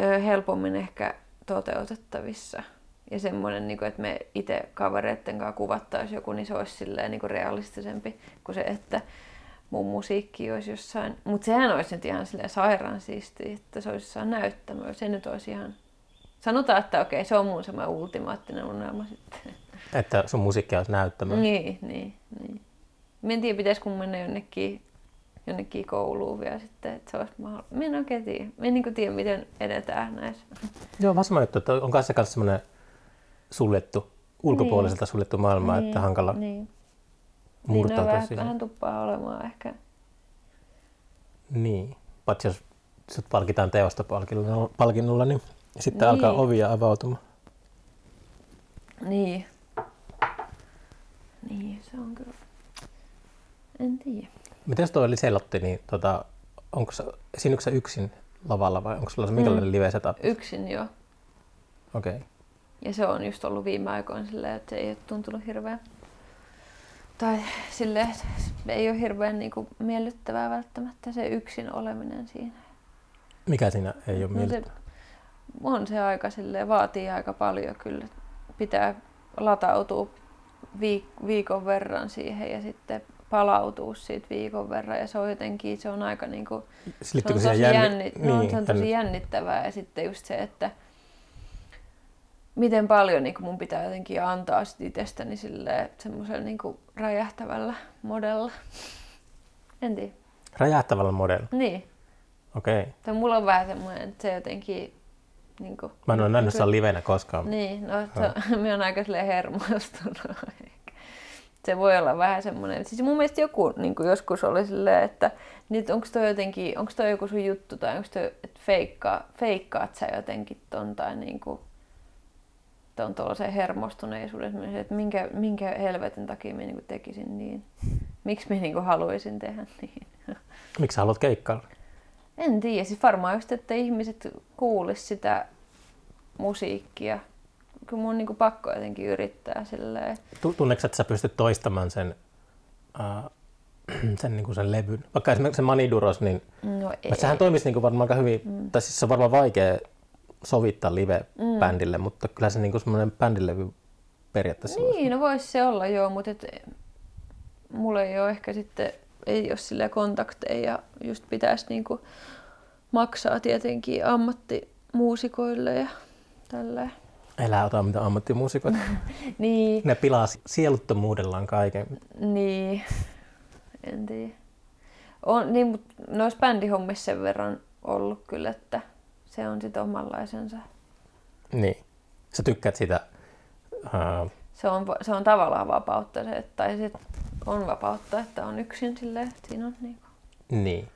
Speaker 1: ö, helpommin ehkä toteutettavissa. Ja semmoinen, niin kuin, että me itse kavereitten kanssa kuvattaisiin joku, niin se olisi silleen, niin kuin realistisempi kuin se, että mun musiikki olisi jossain. Mutta sehän olisi nyt ihan silleen sairaan siistiä, että se olisi jossain näyttämöllä. Se nyt olisi ihan... Sanotaan, että okei, se on mun semmoinen ultimaattinen unelma sitten.
Speaker 2: Että sun musiikkia olisi näyttämään. Mm.
Speaker 1: Niin, niin, niin. Mä en tiedä, pitäisikö mun mennä jonnekin, jonnekin kouluun vielä sitten, että se olisi mahdollista. Mä en oikein tiedä. Mä en niin tiedä, miten edetään näissä.
Speaker 2: Joo, vaan semmoinen, että on kanssa kanssa semmoinen suljettu, ulkopuoliselta suljettu maailma, niin. että hankala niin.
Speaker 1: Niin, niin ne on
Speaker 2: murtautua
Speaker 1: vähän,
Speaker 2: siihen.
Speaker 1: vähän tuppaa olemaan ehkä.
Speaker 2: Niin, paitsi jos sut palkitaan teosta palkinnolla, palkinnolla niin sitten niin. alkaa
Speaker 1: Niin.
Speaker 2: ovia avautumaan.
Speaker 1: Niin. Niin, se on kyllä. En tiedä.
Speaker 2: Miten toi oli selotti, niin tota, onko sä, sinukö sä yksin lavalla vai onko sulla se minkälainen mm. live setup?
Speaker 1: Yksin jo.
Speaker 2: Okei. Okay.
Speaker 1: Ja se on just ollut viime aikoina silleen, että se ei ole tuntunut hirveän... Tai silleen, että se ei ole hirveän niinku miellyttävää välttämättä se yksin oleminen siinä.
Speaker 2: Mikä siinä ei ole
Speaker 1: No se,
Speaker 2: mieltä?
Speaker 1: on se aika silleen, vaatii aika paljon kyllä. Pitää latautua viik- viikon verran siihen ja sitten palautua siitä viikon verran. Ja se on jotenkin, se on aika niinku, se on, tosi jänni... no,
Speaker 2: Niin,
Speaker 1: se on tosi jännittävää ja sitten just se, että miten paljon niin mun pitää jotenkin antaa sit itsestäni silleen semmoisella niin räjähtävällä modella. En tiedä.
Speaker 2: Räjähtävällä modella.
Speaker 1: Niin.
Speaker 2: Okei. Okay.
Speaker 1: Tai mulla on vähän semmoinen, että se jotenkin... Niin kuin,
Speaker 2: Mä en ole nähnyt sitä livenä koskaan. Niin.
Speaker 1: Niin, no se, me on aika silleen hermostunut ehkä. Se voi olla vähän semmoinen. Siis mun mielestä joku niin kuin joskus oli silleen, että nyt onko toi jotenkin, onko toi joku sun juttu tai onko toi, että feikkaa, feikkaat sä jotenkin ton tai niin kuin, ton tuollaisen hermostuneisuuden, semmoisen, että minkä, minkä helvetin takia mä niin kuin tekisin niin. Miksi mä niin kuin haluaisin tehdä niin.
Speaker 2: Miksi sä haluat keikkailla?
Speaker 1: En tiedä, siis varmaan just, että ihmiset kuulis sitä musiikkia. Kyllä mun on niinku pakko jotenkin yrittää silleen.
Speaker 2: Tu- Tunneeko sä, että sä pystyt toistamaan sen, äh, sen, niin kuin sen levyn? Vaikka esimerkiksi se Maniduros, niin
Speaker 1: No ei.
Speaker 2: Ei. Sehän toimisi niin varmaan aika hyvin, mm. tai siis se on varmaan vaikea sovittaa live-bändille, mm. mutta kyllä se niin semmoinen bändilevy periaatteessa niin.
Speaker 1: Niin, no voisi se olla joo, mutta et, mulla ei ole ehkä sitten, ei ole sille kontakteja ja just pitäisi niinku maksaa tietenkin ammattimuusikoille ja tälleen.
Speaker 2: Elää ota mitä ammattimuusikot.
Speaker 1: Niin,
Speaker 2: ne pilaa sieluttomuudellaan kaiken.
Speaker 1: Niin, en tiedä. On, niin, mutta noissa bändihommissa sen verran ollut kyllä, että se on sitten omanlaisensa.
Speaker 2: Niin. Sä tykkäät sitä. Uh,
Speaker 1: Se on, va- se on tavallaan vapautta se, että, tai sit on vapautta, että on yksin silleen, että siinä on niinku.
Speaker 2: niin.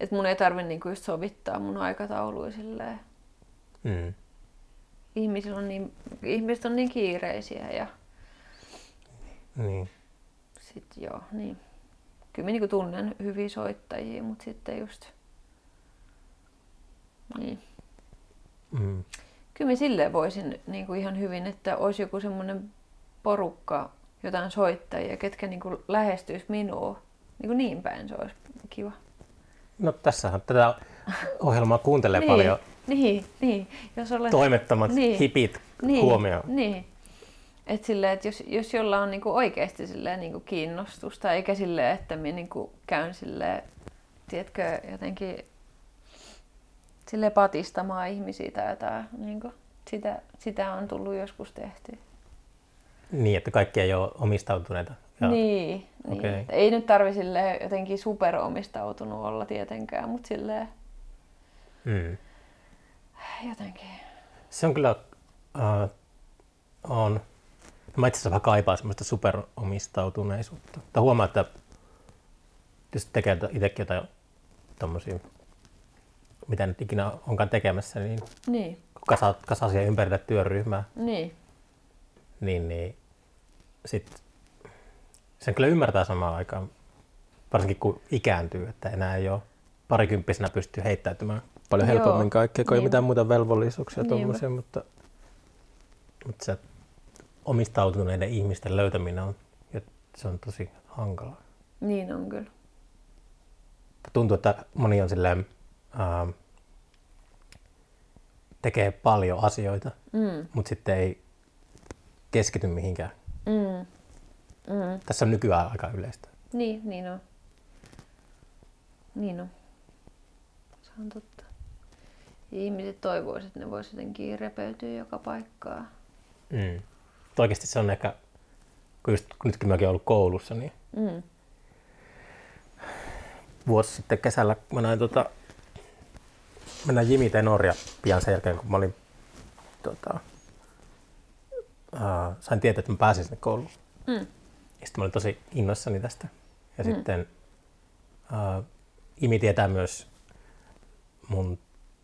Speaker 1: Et mun ei tarvi niinku just sovittaa mun aikatauluja silleen.
Speaker 2: Mm.
Speaker 1: Ihmisillä on niin, ihmiset on niin kiireisiä ja
Speaker 2: niin.
Speaker 1: sit joo, niin. Kyllä mä niinku tunnen hyviä soittajia, mutta sitten just... Niin.
Speaker 2: Mm.
Speaker 1: Kyllä mä silleen voisin niin kuin ihan hyvin, että olisi joku semmoinen porukka, jotain soittajia, ketkä niin kuin lähestyis minua. Niin, kuin niin päin se olisi kiva.
Speaker 2: No tässähän tätä ohjelmaa kuuntelee niin. paljon
Speaker 1: Niin, niin. Jos olet...
Speaker 2: toimettomat
Speaker 1: Niin.
Speaker 2: niin. hipit
Speaker 1: niin,
Speaker 2: niin. huomioon.
Speaker 1: Niin. Et silleen, että jos, jos jolla on niinku oikeasti silleen niinku kiinnostusta, eikä silleen, että minä niinku käyn silleen, tiedätkö, jotenkin sille patistamaan ihmisiä tai jotain. Niinku, sitä, sitä on tullut joskus tehty.
Speaker 2: Niin, että kaikki ei ole omistautuneita. Ja
Speaker 1: Niin, niin.
Speaker 2: Okei.
Speaker 1: Ei nyt tarvi sille jotenkin superomistautunut olla tietenkään, mutta sille
Speaker 2: Mm.
Speaker 1: jotenkin.
Speaker 2: Se on kyllä, äh, on. No Mä itse asiassa vähän kaipaan semmoista superomistautuneisuutta. Tai huomaa, että jos tekee jota- itsekin jotain tommosia, mitä nyt ikinä onkaan tekemässä, niin
Speaker 1: Niin,
Speaker 2: kun kasaa, kasaa siihen ympärille työryhmää,
Speaker 1: niin,
Speaker 2: niin, niin sit sen kyllä ymmärtää samaan aikaan, varsinkin kun ikääntyy, että enää ei ole parikymppisenä pystyy heittäytymään paljon
Speaker 1: Joo. Niin.
Speaker 2: helpommin kaikkea, kun ei
Speaker 1: Niinpä.
Speaker 2: mitään muuta velvollisuuksia
Speaker 1: Niinpä.
Speaker 2: tuommoisia, mutta, mutta se omistautuneiden ihmisten löytäminen on, ja se on tosi hankalaa.
Speaker 1: Niin on kyllä.
Speaker 2: Tuntuu, että moni on silleen, ää, tekee paljon asioita,
Speaker 1: Mm,
Speaker 2: mutta sitten ei keskity mihinkään.
Speaker 1: mm, mm.
Speaker 2: Tässä on nykyään aika yleistä.
Speaker 1: Niin, niin on. Niin on. Se on totta. Ja ihmiset toivoisivat, että ne voisivat jotenkin repeytyä joka paikkaa.
Speaker 2: Mm. Oikeasti se on ehkä, kun just, kun nytkin mäkin olen ollut koulussa, niin
Speaker 1: Mm.
Speaker 2: vuosi sitten kesällä mä näin, tota, mä näin Jimmy Tenoria pian sen jälkeen, kun mä olin, tota, ää, sain tietää, että mä pääsin sinne kouluun.
Speaker 1: Mm.
Speaker 2: Ja sitten mä olin tosi innoissani tästä. Ja mm. sitten ää, Jimmy tietää myös mun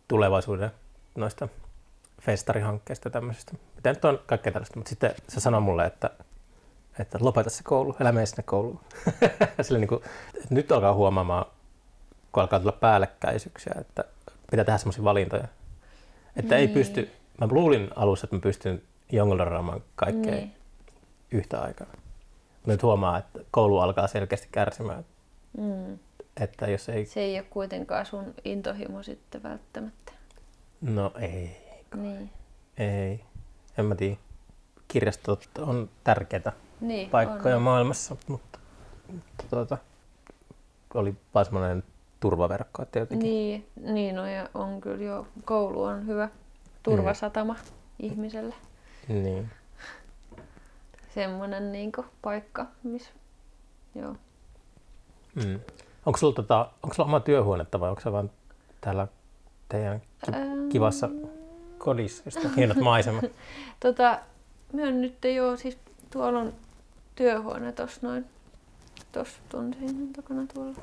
Speaker 2: tulevaisuuden noista festarihankkeista ja tämmöisistä. Mitä nyt on kaikkea tällaista, mutta sitten se sanoi mulle, että, että lopeta se koulu, älä mene sinne kouluun. Sillä niin kuin, että nyt alkaa huomaamaan, kun alkaa tulla päällekkäisyyksiä, että pitää tehdä semmoisia valintoja. Että ei pysty, mä luulin alussa, että mä pystyn jongleraamaan kaikkea
Speaker 1: Niin.
Speaker 2: yhtä aikaa. Nyt huomaa, että koulu alkaa selkeästi kärsimään,
Speaker 1: Mm.
Speaker 2: että jos ei...
Speaker 1: Se ei ole kuitenkaan sun intohimo sitten välttämättä.
Speaker 2: No ei,
Speaker 1: Niin.
Speaker 2: ei. En mä tiedä. Kirjastot on tärkeitä
Speaker 1: Niin,
Speaker 2: paikkoja
Speaker 1: on.
Speaker 2: maailmassa, mutta, mutta tuota, oli vaan semmoinen turvaverkko, että jotenkin...
Speaker 1: Niin, niin no ja on kyllä jo. Koulu on hyvä turvasatama mm. ihmiselle.
Speaker 2: Niin. niin.
Speaker 1: Semmoinen niinku paikka, missä... Joo.
Speaker 2: Mm. Onko sulla, tota, onko sulla oma työhuonetta vai onko se vaan täällä teidän ki-
Speaker 1: Ähm.
Speaker 2: kivassa kodissa, josta on hienot maisemat?
Speaker 1: Tota, myö nyt joo, siis tuolla on työhuone tossa noin, tossa tunnin takana tuolla.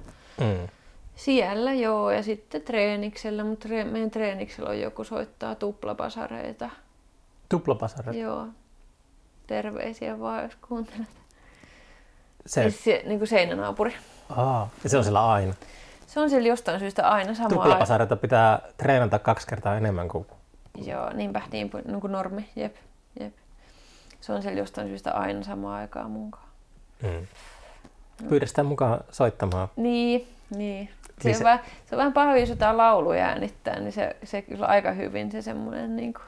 Speaker 2: Mm.
Speaker 1: Siellä joo, ja sitten treeniksellä, mutta tre- meidän treeniksellä on joku soittaa tuplapasareita.
Speaker 2: Tuplapasaret.
Speaker 1: Joo. Terveisiä vaan, jos kuuntelet.
Speaker 2: Se,
Speaker 1: Siis se, niin kuin seinänaapuri.
Speaker 2: aa, ja se on sillä aina.
Speaker 1: Se on siellä jostain syystä aina sama aika.
Speaker 2: Tuplapasaretta pitää treenata kaksi kertaa enemmän kuin...
Speaker 1: Joo, niinpä, niin kuin niin kuin normi. Jep, jep. Se on siellä jostain syystä aina samaan aikaan munkaan.
Speaker 2: Mm. Pyydä sitä mukaan soittamaan.
Speaker 1: Niin, niin. Se,
Speaker 2: Niin
Speaker 1: on
Speaker 2: se-
Speaker 1: vähän, se on vähän paha, jos jotain lauluja äänittää, niin se, se kyllä aika hyvin se semmoinen niin kuin,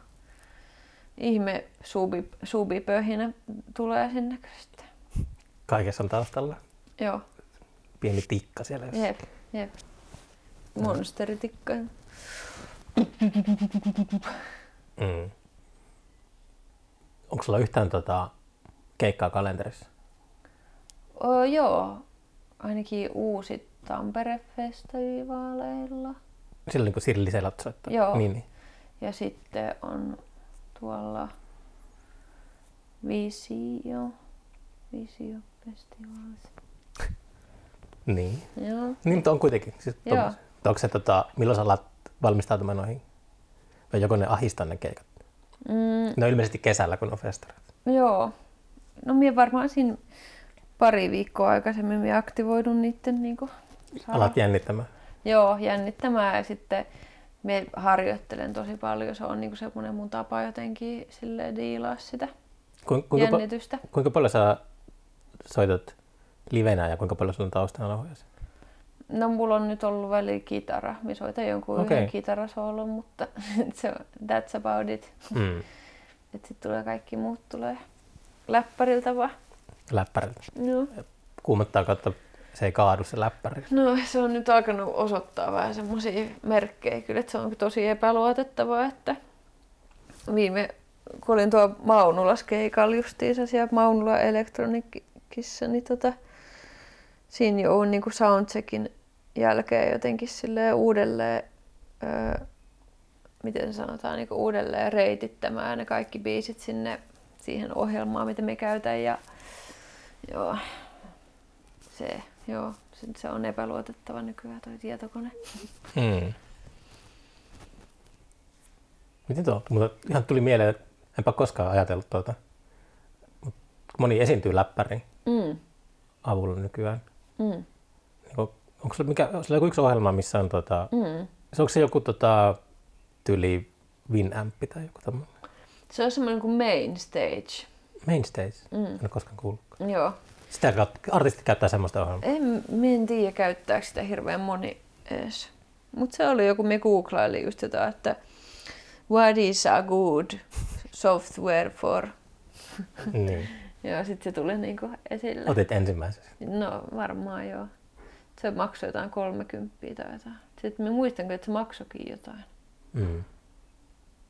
Speaker 1: ihme subi, subipöhinä tulee sinne kyllä sitten.
Speaker 2: Kaikessa on taustalla
Speaker 1: Joo,
Speaker 2: pieni tikka siellä. Jos...
Speaker 1: jep, jep. Monsteritikka.
Speaker 2: Mm. Onko sulla yhtään tota, keikkaa kalenterissa?
Speaker 1: O, joo, ainakin uusi Tampere-festivaaleilla.
Speaker 2: Silloin kun Sirli Selat soittaa.
Speaker 1: Joo.
Speaker 2: Niin, niin.
Speaker 1: Ja sitten on tuolla Visio, Visio-festivaalissa.
Speaker 2: niin.
Speaker 1: Joo.
Speaker 2: Niin, mutta on kuitenkin. Siis,
Speaker 1: Joo.
Speaker 2: tommosia. Mutta Onko se, tota, milloin sä alat valmistautumaan noihin? Vai joko ne ahistaa ne keikat?
Speaker 1: Mm,
Speaker 2: No ilmeisesti kesällä, kun on festarit.
Speaker 1: joo. No minä varmaan siinä pari viikkoa aikaisemmin minä aktivoidun niiden niin
Speaker 2: Alat jännittämään.
Speaker 1: Joo, jännittämään ja sitten me harjoittelen tosi paljon. Se on niin semmoinen mun tapa jotenkin sille diilaa sitä
Speaker 2: Kuin, kuinka, pa-
Speaker 1: jännitystä.
Speaker 2: Kuinka paljon sä soitat livenä ja kuinka paljon sulla on taustana nauhoja?
Speaker 1: No mulla on nyt ollut väli kitara. Mä soitan jonkun okay.
Speaker 2: Okei.
Speaker 1: yhden kitarasoolon, mutta se on- that's about it.
Speaker 2: Mm.
Speaker 1: Että sitten tulee kaikki muut tulee läppäriltä vaan.
Speaker 2: Läppäriltä.
Speaker 1: No.
Speaker 2: Kuumottaa kautta se ei kaadu se läppäri.
Speaker 1: No se on nyt alkanut osoittaa vähän semmoisia merkkejä kyllä, että se on tosi epäluotettavaa, että viime, kun olin tuo Maunulas keikalla justiinsa siellä Maunula Elektronikissa, niin tota, siinä joudun niin soundcheckin jälkeen jotenkin silleen uudelleen, öö, miten se sanotaan, niin uudelleen reitittämään ne kaikki biisit sinne siihen ohjelmaan, mitä me käytän ja joo, se, joo, se, se on epäluotettava nykyään toi tietokone.
Speaker 2: Mm. Miten tuo? Mutta ihan tuli mieleen, että enpä koskaan ajatellut tuota. Mut kun moni esiintyy läppärin
Speaker 1: Mm,
Speaker 2: avulla nykyään.
Speaker 1: mm,
Speaker 2: Niin kun- onko sulla, mikä, onko sulla joku yksi ohjelma, missä on tota,
Speaker 1: mm.
Speaker 2: se onko se joku tota, tyli Winamp tai joku tämmöinen?
Speaker 1: Se on semmoinen kuin main stage.
Speaker 2: Main Stage? Mm. En ole koskaan kuullutkaan.
Speaker 1: Joo.
Speaker 2: Sitä kautta, artisti käyttää semmoista ohjelmaa.
Speaker 1: En, mä en tiedä käyttääkö sitä hirveän moni edes. Mutta se oli joku, me googlaili just jotain, että what is a good software for?
Speaker 2: niin.
Speaker 1: Joo, sitten se tuli niinku esille.
Speaker 2: Otit ensimmäisen.
Speaker 1: No varmaan joo. Se maksoi jotain 30 tai jotain. Sitten mä muistan, että se maksokin jotain.
Speaker 2: Mm.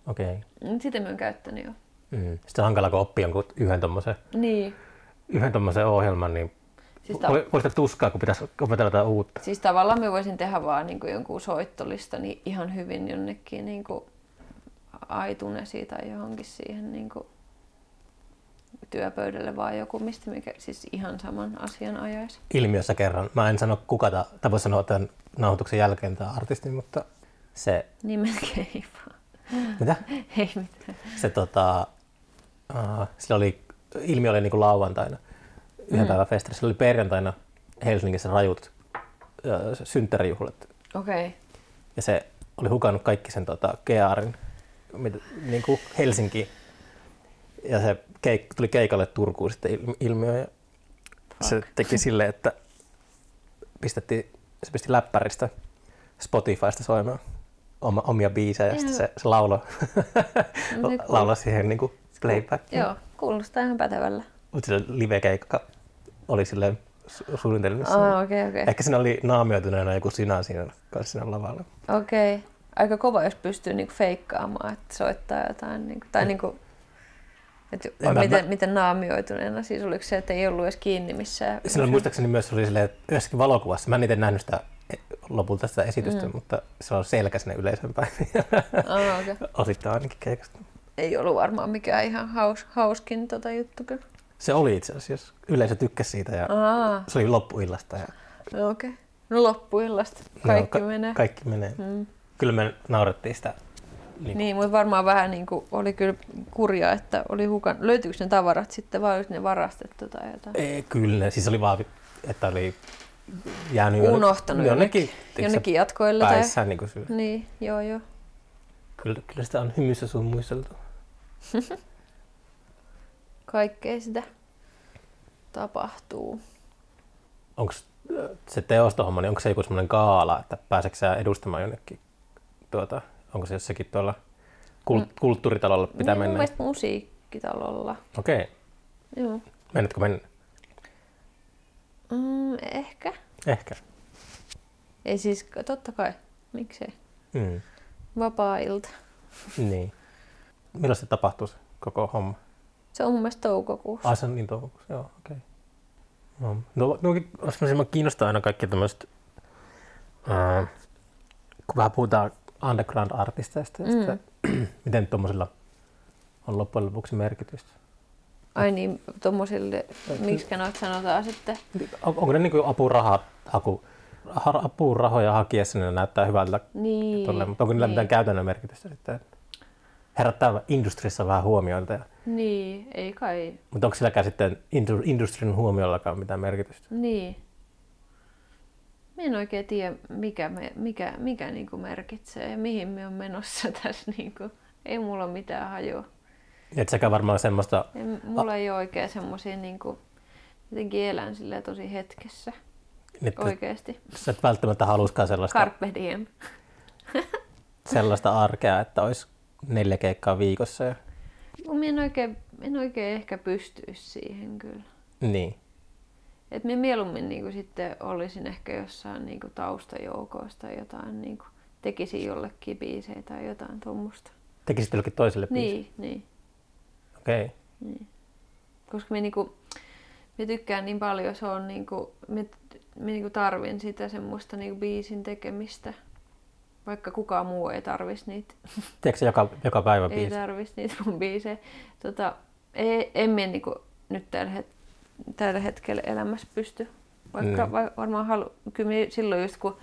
Speaker 2: Okei. Okay.
Speaker 1: Mut Sitä mä en käyttänyt jo.
Speaker 2: Mm. Sitten on hankala, kun oppii jonkun yhden tommosen,
Speaker 1: Niin.
Speaker 2: yhden tommosen ohjelman, niin
Speaker 1: Siis, ta-
Speaker 2: oli, oli sitä tuskaa, kun pitäisi opetella jotain uutta.
Speaker 1: siis tavallaan mä voisin tehdä vaan niinku jonkun soittolista niin ihan hyvin jonnekin niinku aitunesi tai johonkin siihen niinku työpöydälle vaan joku, mistä mikä siis ihan saman asian ajaisi.
Speaker 2: Ilmiössä kerran. Mä en sano kuka, ta- tai voi sanoa tämän nauhoituksen jälkeen tämä artisti, mutta se,
Speaker 1: Niin melkein vaan.
Speaker 2: mitä?
Speaker 1: Ei mitään.
Speaker 2: se tota, uh, sillä oli, ilmiö oli niinku lauantaina, yhden mm. päivän festari. Sillä oli perjantaina Helsingissä rajut ö, synttärijuhlat.
Speaker 1: Okei. Okay.
Speaker 2: Ja se oli hukannut kaikki sen tota, Kearin mitä, niin kuin Helsinkiin. Ja se keik- tuli keikalle Turkuun sitten il- ilmiö. Ja se teki silleen, että pistettiin, se pisti läppäristä Spotifysta soimaan oma, omia biisejä ja sitten se, se lauloi
Speaker 1: No se kuul-
Speaker 2: laula siihen niin kuin playbackiin.
Speaker 1: Joo, kuulostaa ihan pätevällä.
Speaker 2: Mutta se live-keikka oli silleen su- suunnitelmissa.
Speaker 1: Ah, okei, okei.
Speaker 2: Ehkä siinä oli naamioituneena joku sinä siinä kanssa siinä lavalla.
Speaker 1: Okei. Aika kova, jos pystyy niinku feikkaamaan, että soittaa jotain. Niinku, tai niinku, et,
Speaker 2: En mä-
Speaker 1: miten,
Speaker 2: mä-
Speaker 1: miten naamioituneena? Siis oliko se, että ei ollut edes kiinni missään?
Speaker 2: Siinä oli muistaakseni myös oli silleen, että yhdessäkin valokuvassa, mä en itse nähnyt sitä lopulta sitä esitystä, mm. mutta se on selkä sinne yleisön päin.
Speaker 1: Ah, okay.
Speaker 2: Osittain ainakin keikasta.
Speaker 1: Ei ollut varmaan mikään ihan haus, hauskin tota juttu kyllä.
Speaker 2: Se oli itse asiassa. Yleisö tykkäsi siitä ja
Speaker 1: Aa,
Speaker 2: se oli loppuillasta. Ja
Speaker 1: no okei. Okay. No loppuillasta kaikki
Speaker 2: ka-
Speaker 1: menee.
Speaker 2: Kaikki menee. Mm. Kyllä me naurettiin sitä. Niin.
Speaker 1: Niin, mutta varmaan vähän niin kuin oli kyllä kurjaa, että oli hukan. Löytyykö ne tavarat sitten vai oliko ne varastettu tai jotain?
Speaker 2: Ei, kyllä, siis oli vaan, että oli jäänyt jonne-
Speaker 1: Unohtanut
Speaker 2: jonnekin, tiedätkö,
Speaker 1: Jonnekin jatkoille tai...
Speaker 2: päissään. Niin kuin sillä.
Speaker 1: Niin, joo joo.
Speaker 2: Kyllä, kyllä sitä on hymyssä sun muisteltu.
Speaker 1: Kaikkea sitä tapahtuu.
Speaker 2: Onko se teostohomma, niin onko se joku semmoinen kaala, että pääseekö sä edustamaan jonnekin? Tuota, onko se jossakin tuolla kul- kulttuuritalolla pitää
Speaker 1: Mm. niin,
Speaker 2: mennä?
Speaker 1: Mun mielestä musiikkitalolla.
Speaker 2: Okei,
Speaker 1: Joo.
Speaker 2: menetkö mennä?
Speaker 1: Mm, ehkä.
Speaker 2: Ehkä.
Speaker 1: Ei siis, totta kai. Miksei?
Speaker 2: Mm.
Speaker 1: Vapaa-ilta.
Speaker 2: Niin. Milloin se tapahtuu se koko homma?
Speaker 1: Se on mun mielestä toukokuussa.
Speaker 2: Ah, se on niin toukokuussa, joo, okei. Okay. No, no, no semmoisia, mä kiinnostaa aina kaikki tämmöiset, äh, kun vähän puhutaan underground-artisteista, mm. sitä, miten tuommoisilla on loppujen lopuksi merkitystä.
Speaker 1: Ai niin, tommosille, miksi noita sanotaan sitten?
Speaker 2: On, onko ne niin apuraha, haku, har- apurahoja hakiessa ne näyttää hyvältä
Speaker 1: Niin.
Speaker 2: tolle, mutta onko niillä mitään käytännön merkitystä sitten? Herättää industriassa vähän huomioita, ja,
Speaker 1: Niin, ei kai.
Speaker 2: mutta onko silläkään sitten indu- industrin huomiollakaan mitään merkitystä?
Speaker 1: Niin. Mä en oikein tiedä, mikä, me, mikä, mikä niinku merkitsee ja mihin me on menossa tässä. Niinku. Ei mulla ole mitään hajua.
Speaker 2: Et sekä varmaan semmoista
Speaker 1: En, mulla ei ole oikein semmoisia, niinku, jotenkin elän silleen tosi hetkessä
Speaker 2: Että
Speaker 1: oikeasti.
Speaker 2: sä et välttämättä haluskaan sellaista, Kar-
Speaker 1: Carpe diem.
Speaker 2: sellaista arkea, että olisi neljä keikkaa viikossa. Ja...
Speaker 1: Mun Mä en oikein, en oikein ehkä pystyisi siihen kyllä.
Speaker 2: Niin.
Speaker 1: Et mä mieluummin niinku sitten olisin ehkä jossain niinku taustajoukoissa tai jotain, niinku, tekisin jollekin biisejä tai jotain tuommoista.
Speaker 2: Tekisit jollekin toiselle biisin?
Speaker 1: Niin, niin.
Speaker 2: Okei. Okay.
Speaker 1: koska me, niinku, me tykkään niin paljon, se on niinku, me, me niinku tarvin sitä semmoista niinku biisin tekemistä. Vaikka kukaan muu ei tarvis niitä,
Speaker 2: Teekö sä joka, joka päivä
Speaker 1: ei
Speaker 2: biisi?
Speaker 1: tarvis niitä mun biisejä. Tota, ei, en mie niinku nyt tällä, het, tällä hetkellä elämässä pysty. Vaikka mm.
Speaker 2: Mm.
Speaker 1: va, varmaan halu, kyllä me silloin just kun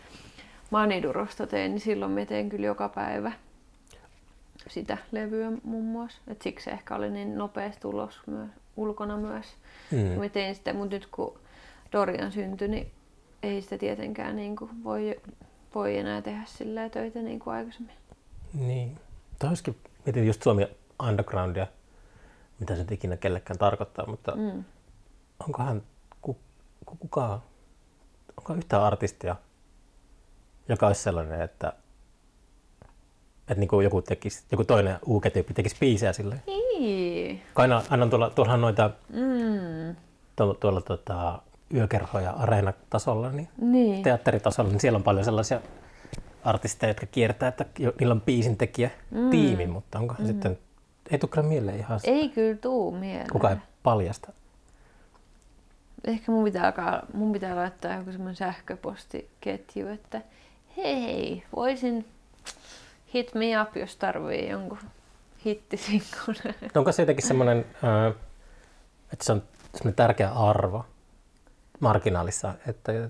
Speaker 1: Manidurosta tein, niin silloin me tein kyllä joka päivä sitä levyä muun muassa. Et siksi se ehkä oli niin nopeasti ulos myös, ulkona myös. Mm.
Speaker 2: Mm.
Speaker 1: Mä tein sitä, mutta nyt kun Dorian syntyi, niin ei sitä tietenkään niin kuin voi, voi enää tehdä sillä töitä niin kuin aikaisemmin.
Speaker 2: Niin. Toiskin, mietin just Suomi undergroundia. mitä se nyt ikinä kellekään tarkoittaa, mutta mm. onkohan ku, ku, kukaan, onko yhtään artistia, joka olisi sellainen, että, että niin kuin joku, tekisi, joku toinen UK-tyyppi tekisi biisejä silleen.
Speaker 1: Niin.
Speaker 2: Aina, aina on tuolla, tuollahan noita
Speaker 1: Mm.
Speaker 2: tuolla, tuolla tota, yökerhoja areenatasolla, niin
Speaker 1: Niin.
Speaker 2: teatteritasolla, niin siellä on paljon sellaisia artisteja, jotka kiertää, että jo- niillä on biisintekijä mm. tiimi, mutta onkohan mm. sitten, ei tule kyllä mieleen ihan, ei.
Speaker 1: Ei kyllä tuu mieleen.
Speaker 2: kuka ei paljasta.
Speaker 1: Ehkä mun pitää, alkaa, mun pitää laittaa joku semmoinen sähköpostiketju, että hei, voisin hit me up, jos tarvii jonkun hittisinkun.
Speaker 2: No Onko se jotenkin semmoinen, ö, että se on semmoinen tärkeä arvo marginaalissa, että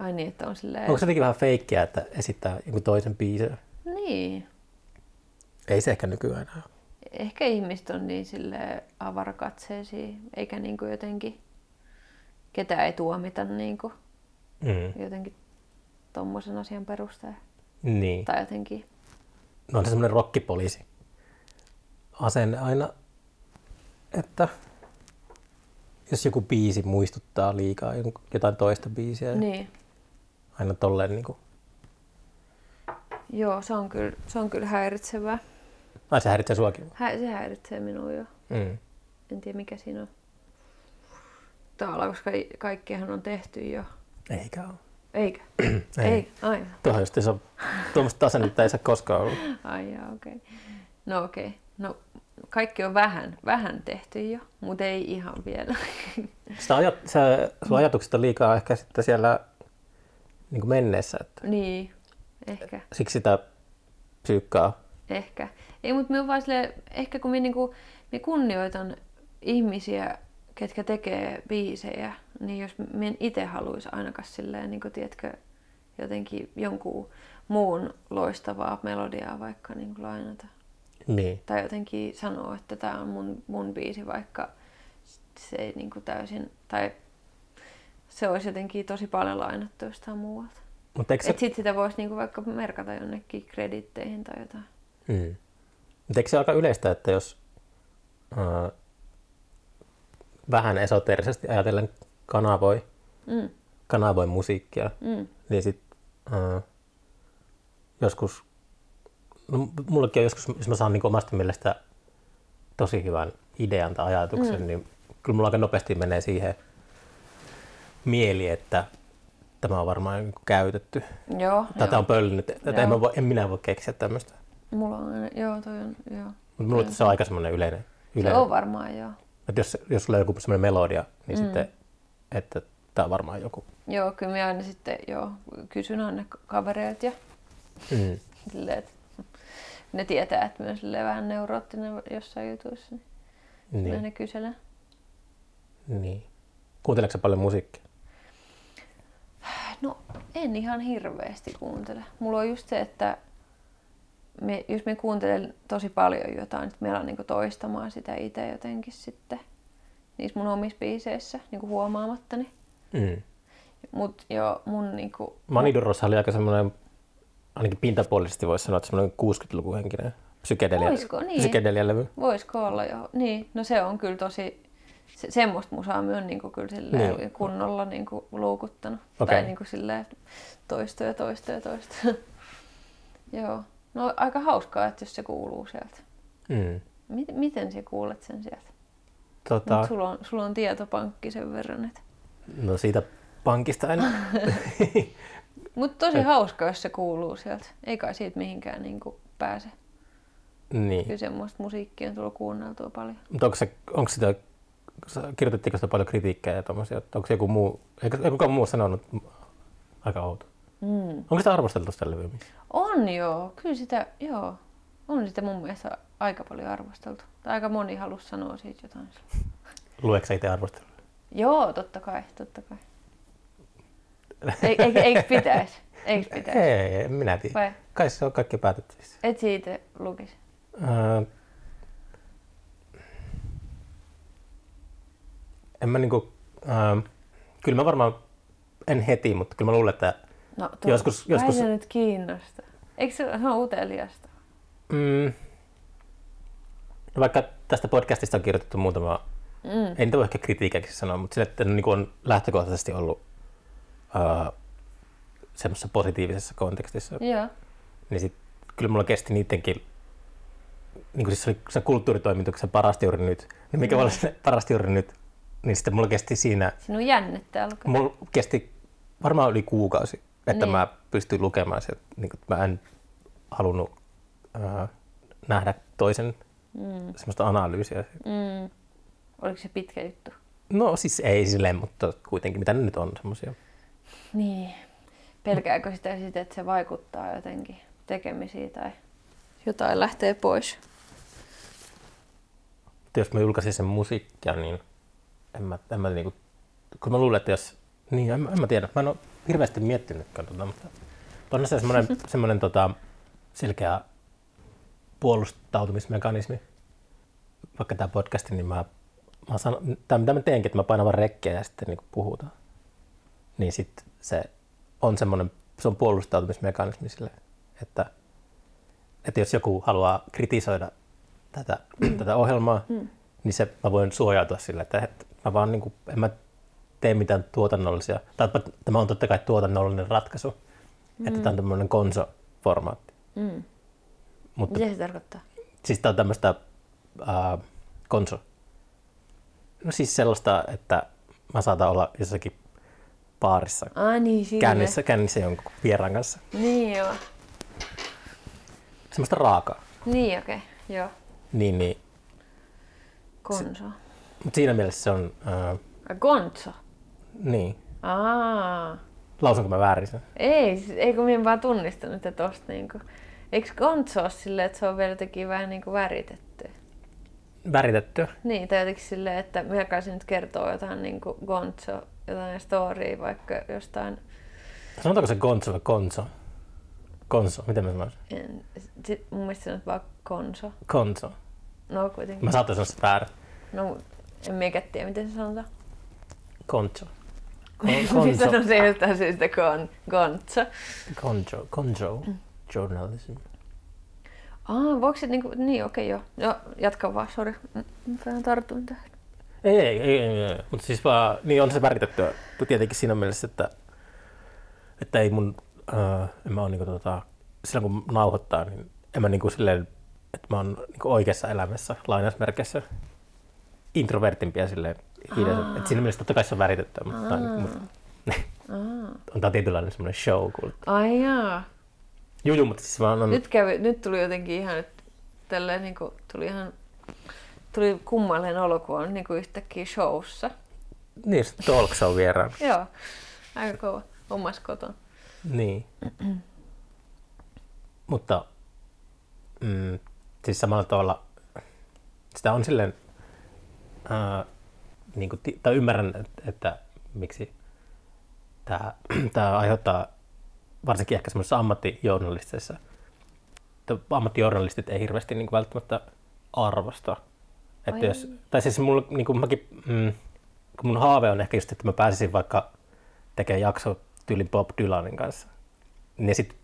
Speaker 1: Ai niin, että on silleen...
Speaker 2: onko se jotenkin vähän feikkiä, että esittää jonkun toisen biisin?
Speaker 1: Niin.
Speaker 2: Ei se ehkä nykyään enää.
Speaker 1: Ehkä ihmiset on niin sille avarakatseisia, eikä niinku jotenkin ketään ei tuomita niinku
Speaker 2: Mm.
Speaker 1: jotenkin tommosen asian perusteella.
Speaker 2: Niin.
Speaker 1: Tai jotenkin.
Speaker 2: No on se semmoinen rokkipoliisi asenne aina, että jos joku biisi muistuttaa liikaa jon- jotain toista biisiä, niin.
Speaker 1: Niin.
Speaker 2: aina tolleen niin kuin,
Speaker 1: Joo, se on kyllä, se on kyllä häiritsevää.
Speaker 2: ai se häiritsee suakin.
Speaker 1: Hä- se häiritsee minua jo.
Speaker 2: Mm.
Speaker 1: En tiedä mikä siinä on. Tavallaan, koska ei- kaikkihan on tehty jo.
Speaker 2: Eikä ole.
Speaker 1: Eikä?
Speaker 2: Ei.
Speaker 1: ei. Aivan.
Speaker 2: Tuohon just se on, tuommoista asennetta ei saa koskaan ollut.
Speaker 1: Ai jaa, okei. Okay. No okei. Okay. No kaikki on vähän, vähän tehty jo, mutta ei ihan vielä.
Speaker 2: Sitä ajat, se, sulla ajatukset on liikaa ehkä sitten siellä niin kuin menneessä, että
Speaker 1: niin, ehkä,
Speaker 2: siksi sitä psyykkaa.
Speaker 1: ehkä. Ei, mutta minä vaan silleen, ehkä kun minä niinku, minä kunnioitan ihmisiä, ketkä tekee biisejä, niin jos minä en itse haluaisi ainakaan silleen, niinku, tiedätkö, jotenkin jonkun muun loistavaa melodiaa vaikka niinku lainata.
Speaker 2: Niin.
Speaker 1: tai jotenkin sanoo, että tämä on mun, mun biisi, vaikka se ei niinku täysin, tai se olisi jotenkin tosi paljon lainattu jostain muualta.
Speaker 2: Mutta eikö
Speaker 1: Se...
Speaker 2: se
Speaker 1: Et sit sitä voisi niinku vaikka merkata jonnekin kreditteihin tai jotain.
Speaker 2: Mm. Mutta eikö se ole aika yleistä, että jos äh, vähän esoterisesti ajatellen kanavoi,
Speaker 1: Mm.
Speaker 2: kanavoi musiikkia,
Speaker 1: Mm.
Speaker 2: niin sit äh, joskus, no m- mullekin on joskus, jos mä saan niin omasta mielestä tosi hyvän idean tai ajatuksen, mm. niin kyllä mulla aika nopeasti menee siihen mieli, että tämä on varmaan joku käytetty.
Speaker 1: Joo,
Speaker 2: Tätä on pöllinyt, että en,
Speaker 1: Joo.
Speaker 2: mä voi, en minä voi keksiä tämmöistä.
Speaker 1: mulla on aina, joo toi on, joo.
Speaker 2: Mutta mulla se on aika semmoinen yleinen.
Speaker 1: Se
Speaker 2: yleinen.
Speaker 1: on varmaan joo.
Speaker 2: Että jos, jos sulla on joku semmoinen melodia, niin mm. sitten, että tämä on varmaan joku.
Speaker 1: Joo, kyllä minä aina sitten joo, kysyn aina ka- kavereilta ja
Speaker 2: Mm.
Speaker 1: silleen, että ne tietää, että myös vähän neuroottinen jossain jutuissa, niin, niin.
Speaker 2: Niin.
Speaker 1: aina kyselen.
Speaker 2: niin. Kuunteleeko sä paljon musiikkia?
Speaker 1: No en ihan hirveästi kuuntele. Mulla on just se, että me, jos me kuuntelen tosi paljon jotain, että meillä on niinku toistamaan sitä itse jotenkin sitten niissä mun omissa biiseissä niinku huomaamattani.
Speaker 2: Mm.
Speaker 1: Mut joo, mun niinku,
Speaker 2: Maniduroshan oli aika semmoinen, ainakin pintapuolisesti voisi sanoa, että semmoinen 60-lukuhenkinen psykedelia,
Speaker 1: Oisko? Niin.
Speaker 2: psykedelialevy.
Speaker 1: voisiko olla jo, niin, no se on kyllä tosi, se, semmoista musaa myön niinku kyllä silleen
Speaker 2: Niin.
Speaker 1: kunnolla niinku luukuttanut.
Speaker 2: Okei.
Speaker 1: Tai niinku silleen toista ja toista ja toista. joo, no aika hauskaa, että jos se kuuluu sieltä.
Speaker 2: Mm.
Speaker 1: Miten, miten sä kuulet sen sieltä?
Speaker 2: Tota,
Speaker 1: Nyt sulla on, sulla on tietopankki sen verran. Että...
Speaker 2: no siitä pankista en...
Speaker 1: Mutta tosi hauska, jos se kuuluu sieltä. Ei kai siitä mihinkään niin pääse.
Speaker 2: niin.
Speaker 1: Kyllä semmoista musiikkia on tullut kuunneltua paljon.
Speaker 2: Mutta onko, se, onko sitä, kirjoitettiinko sitä paljon kritiikkejä ja tommosia? Onko se joku muu, eikö, ei kukaan muu sanonut, aika outo. Mm. Onko sitä arvosteltu sitä levyä? missään?
Speaker 1: On joo, kyllä sitä, joo. On sitä mun mielestä aika paljon arvosteltu. Tai aika moni halusi sanoa siitä jotain.
Speaker 2: Lueeko sä itse arvostelua?
Speaker 1: Joo, totta kai, totta kai. Ei, ei, eikö pitäisi? Eikö pitäisi?
Speaker 2: Ei, en minä tiedä.
Speaker 1: Vai?
Speaker 2: Kai se on kaikki päätettävissä.
Speaker 1: Et siitä lukisi.
Speaker 2: Öö, en mä niinku, öö, kyllä mä varmaan, en heti, mutta kyllä mä luulen, että
Speaker 1: No,
Speaker 2: Joskus-
Speaker 1: kai
Speaker 2: joskus-
Speaker 1: se nyt kiinnosta. Eikö se, se on uteliasta?
Speaker 2: mm, vaikka tästä podcastista on kirjoitettu muutama, mm. ei niitä voi ehkä kritiikeiksi sanoa, mutta sille, että ne niin on lähtökohtaisesti ollut öö, semmoisessa positiivisessa kontekstissa,
Speaker 1: Joo.
Speaker 2: niin sit, kyllä mulla kesti niidenkin, niin kuin siis se oli se kulttuuritoimituksen parasti juuri nyt, niin mikä mm. oli se parasti juuri nyt, niin sitten mulla kesti siinä,
Speaker 1: Sinun jännittää alkaa.
Speaker 2: mulla kesti varmaan yli kuukausi, että
Speaker 1: Niin.
Speaker 2: niin. mä pystyin lukemaan sieltä, niin kuin, mä en halunnut öö, nähdä toisen
Speaker 1: Mm.
Speaker 2: semmoista analyysiä.
Speaker 1: Mm. Oliko se pitkä juttu?
Speaker 2: No siis ei silleen, mutta kuitenkin mitä ne nyt on semmoisia.
Speaker 1: Niin. Pelkääkö sitä sitten, että se vaikuttaa jotenkin tekemisiin tai jotain lähtee pois?
Speaker 2: Mutta jos mä julkaisin sen musiikkia, niin en mä, en mä niinku, kun mä luulen, että jos, niin en, mä- en mä tiedä, mä en ole hirveästi miettinytkään tota, mutta on se semmoinen, semmoinen tota, selkeä puolustautumismekanismi. Vaikka tämä podcasti, niin mä, mä sanon, tää, mitä mä teenkin, että mä painan vaan rekkeä ja sitten niinku puhutaan. Niin sit se on semmoinen, se on puolustautumismekanismi sille, että, että jos joku haluaa kritisoida tätä, mm. tätä ohjelmaa, mm. niin se, mä voin suojautua sillä, että, että mä vaan niin kuin, en mä tee mitään tuotannollisia, tai että tämä on totta kai tuotannollinen ratkaisu, mm. että tämä on tämmöinen konsoformaatti. Mm. Mutta
Speaker 1: Mitä se tarkoittaa?
Speaker 2: Siis tää on tämmöistä äh, konso. No siis sellaista, että mä saatan olla jossakin baarissa,
Speaker 1: Ah niin, siinä.
Speaker 2: kännissä, kännissä jonkun vieraan kanssa.
Speaker 1: Niin joo.
Speaker 2: Semmoista raakaa.
Speaker 1: Niin okei, okay. joo.
Speaker 2: Niin, niin.
Speaker 1: Konso.
Speaker 2: Mutta siinä mielessä se on, äh,
Speaker 1: Ah, Gonzo.
Speaker 2: niin,
Speaker 1: Aa.
Speaker 2: lausunko mä väärin sen?
Speaker 1: Ei, siis- ei kun minä en vaan tunnistanut, että tosta niinku. Eikö Gonzo ole silleen, että se on vielä jotenkin vähän niinku väritetty?
Speaker 2: Väritettyä.
Speaker 1: Niin, tai jotenkin silleen, että minä kaisin nyt kertoo jotain niinku Gonzo, jotain storya vaikka jostain
Speaker 2: Sanotaanko se Gonzo vai Konso? Konso, miten mä sanoisin?
Speaker 1: En, sit, mun mielestä se on vaan konso.
Speaker 2: Konso.
Speaker 1: No kuitenkin.
Speaker 2: Mä saatan sanoa sitä väärin.
Speaker 1: No, mut en miekään tiedä, miten se sanotaan.
Speaker 2: Koncho.
Speaker 1: Minä
Speaker 2: Konso.
Speaker 1: sanon se jostain syystä kon, konso.
Speaker 2: Konjo. Konjo. Journalism.
Speaker 1: Ah, voiko se niinku, niin okei okay, joo. Joo, jatka vaan, sori. Mm, Vähän tartuin tähän.
Speaker 2: Ei, ei, ei, ei, ei. mutta siis vaan, niin on se väritettyä tietenkin siinä mielessä, että, että ei mun, äh, en mä oo niinku tota, silloin kun nauhoittaa, niin en mä niinku silleen, että mä oon niinku oikeassa elämässä lainausmerkeissä introvertimpiä silleen hiljaiset. Et siinä mielessä totta kai se on väritettyä, mutta, tää on, mutta on tää tietynlainen semmoinen show. Kuulut.
Speaker 1: Ai jaa.
Speaker 2: Juu, juu, mutta siis vaan on,
Speaker 1: Nyt, kävi, nyt tuli jotenkin ihan, että tälleen niinku, tuli ihan, tuli kummallinen olo, kun on niinku yhtäkkiä showssa.
Speaker 2: niin se talk show vieraan.
Speaker 1: Joo, aika kova. Omassa kotona.
Speaker 2: Niin. Mutta mm, siis samalla tavalla sitä on silleen, ää, niin kuin, tai ymmärrän, että, että miksi tämä, tämä aiheuttaa varsinkin ehkä semmoisissa ammattijournalisteissa, että ammattijournalistit ei hirveästi niin kuin välttämättä arvosta. Että
Speaker 1: Ai.
Speaker 2: jos, tai siis mulla, niin kuin mäkin, mm, kun mun haave on ehkä just, että mä pääsisin vaikka tekemään jakso tyylin Bob Dylanin kanssa. Niin sit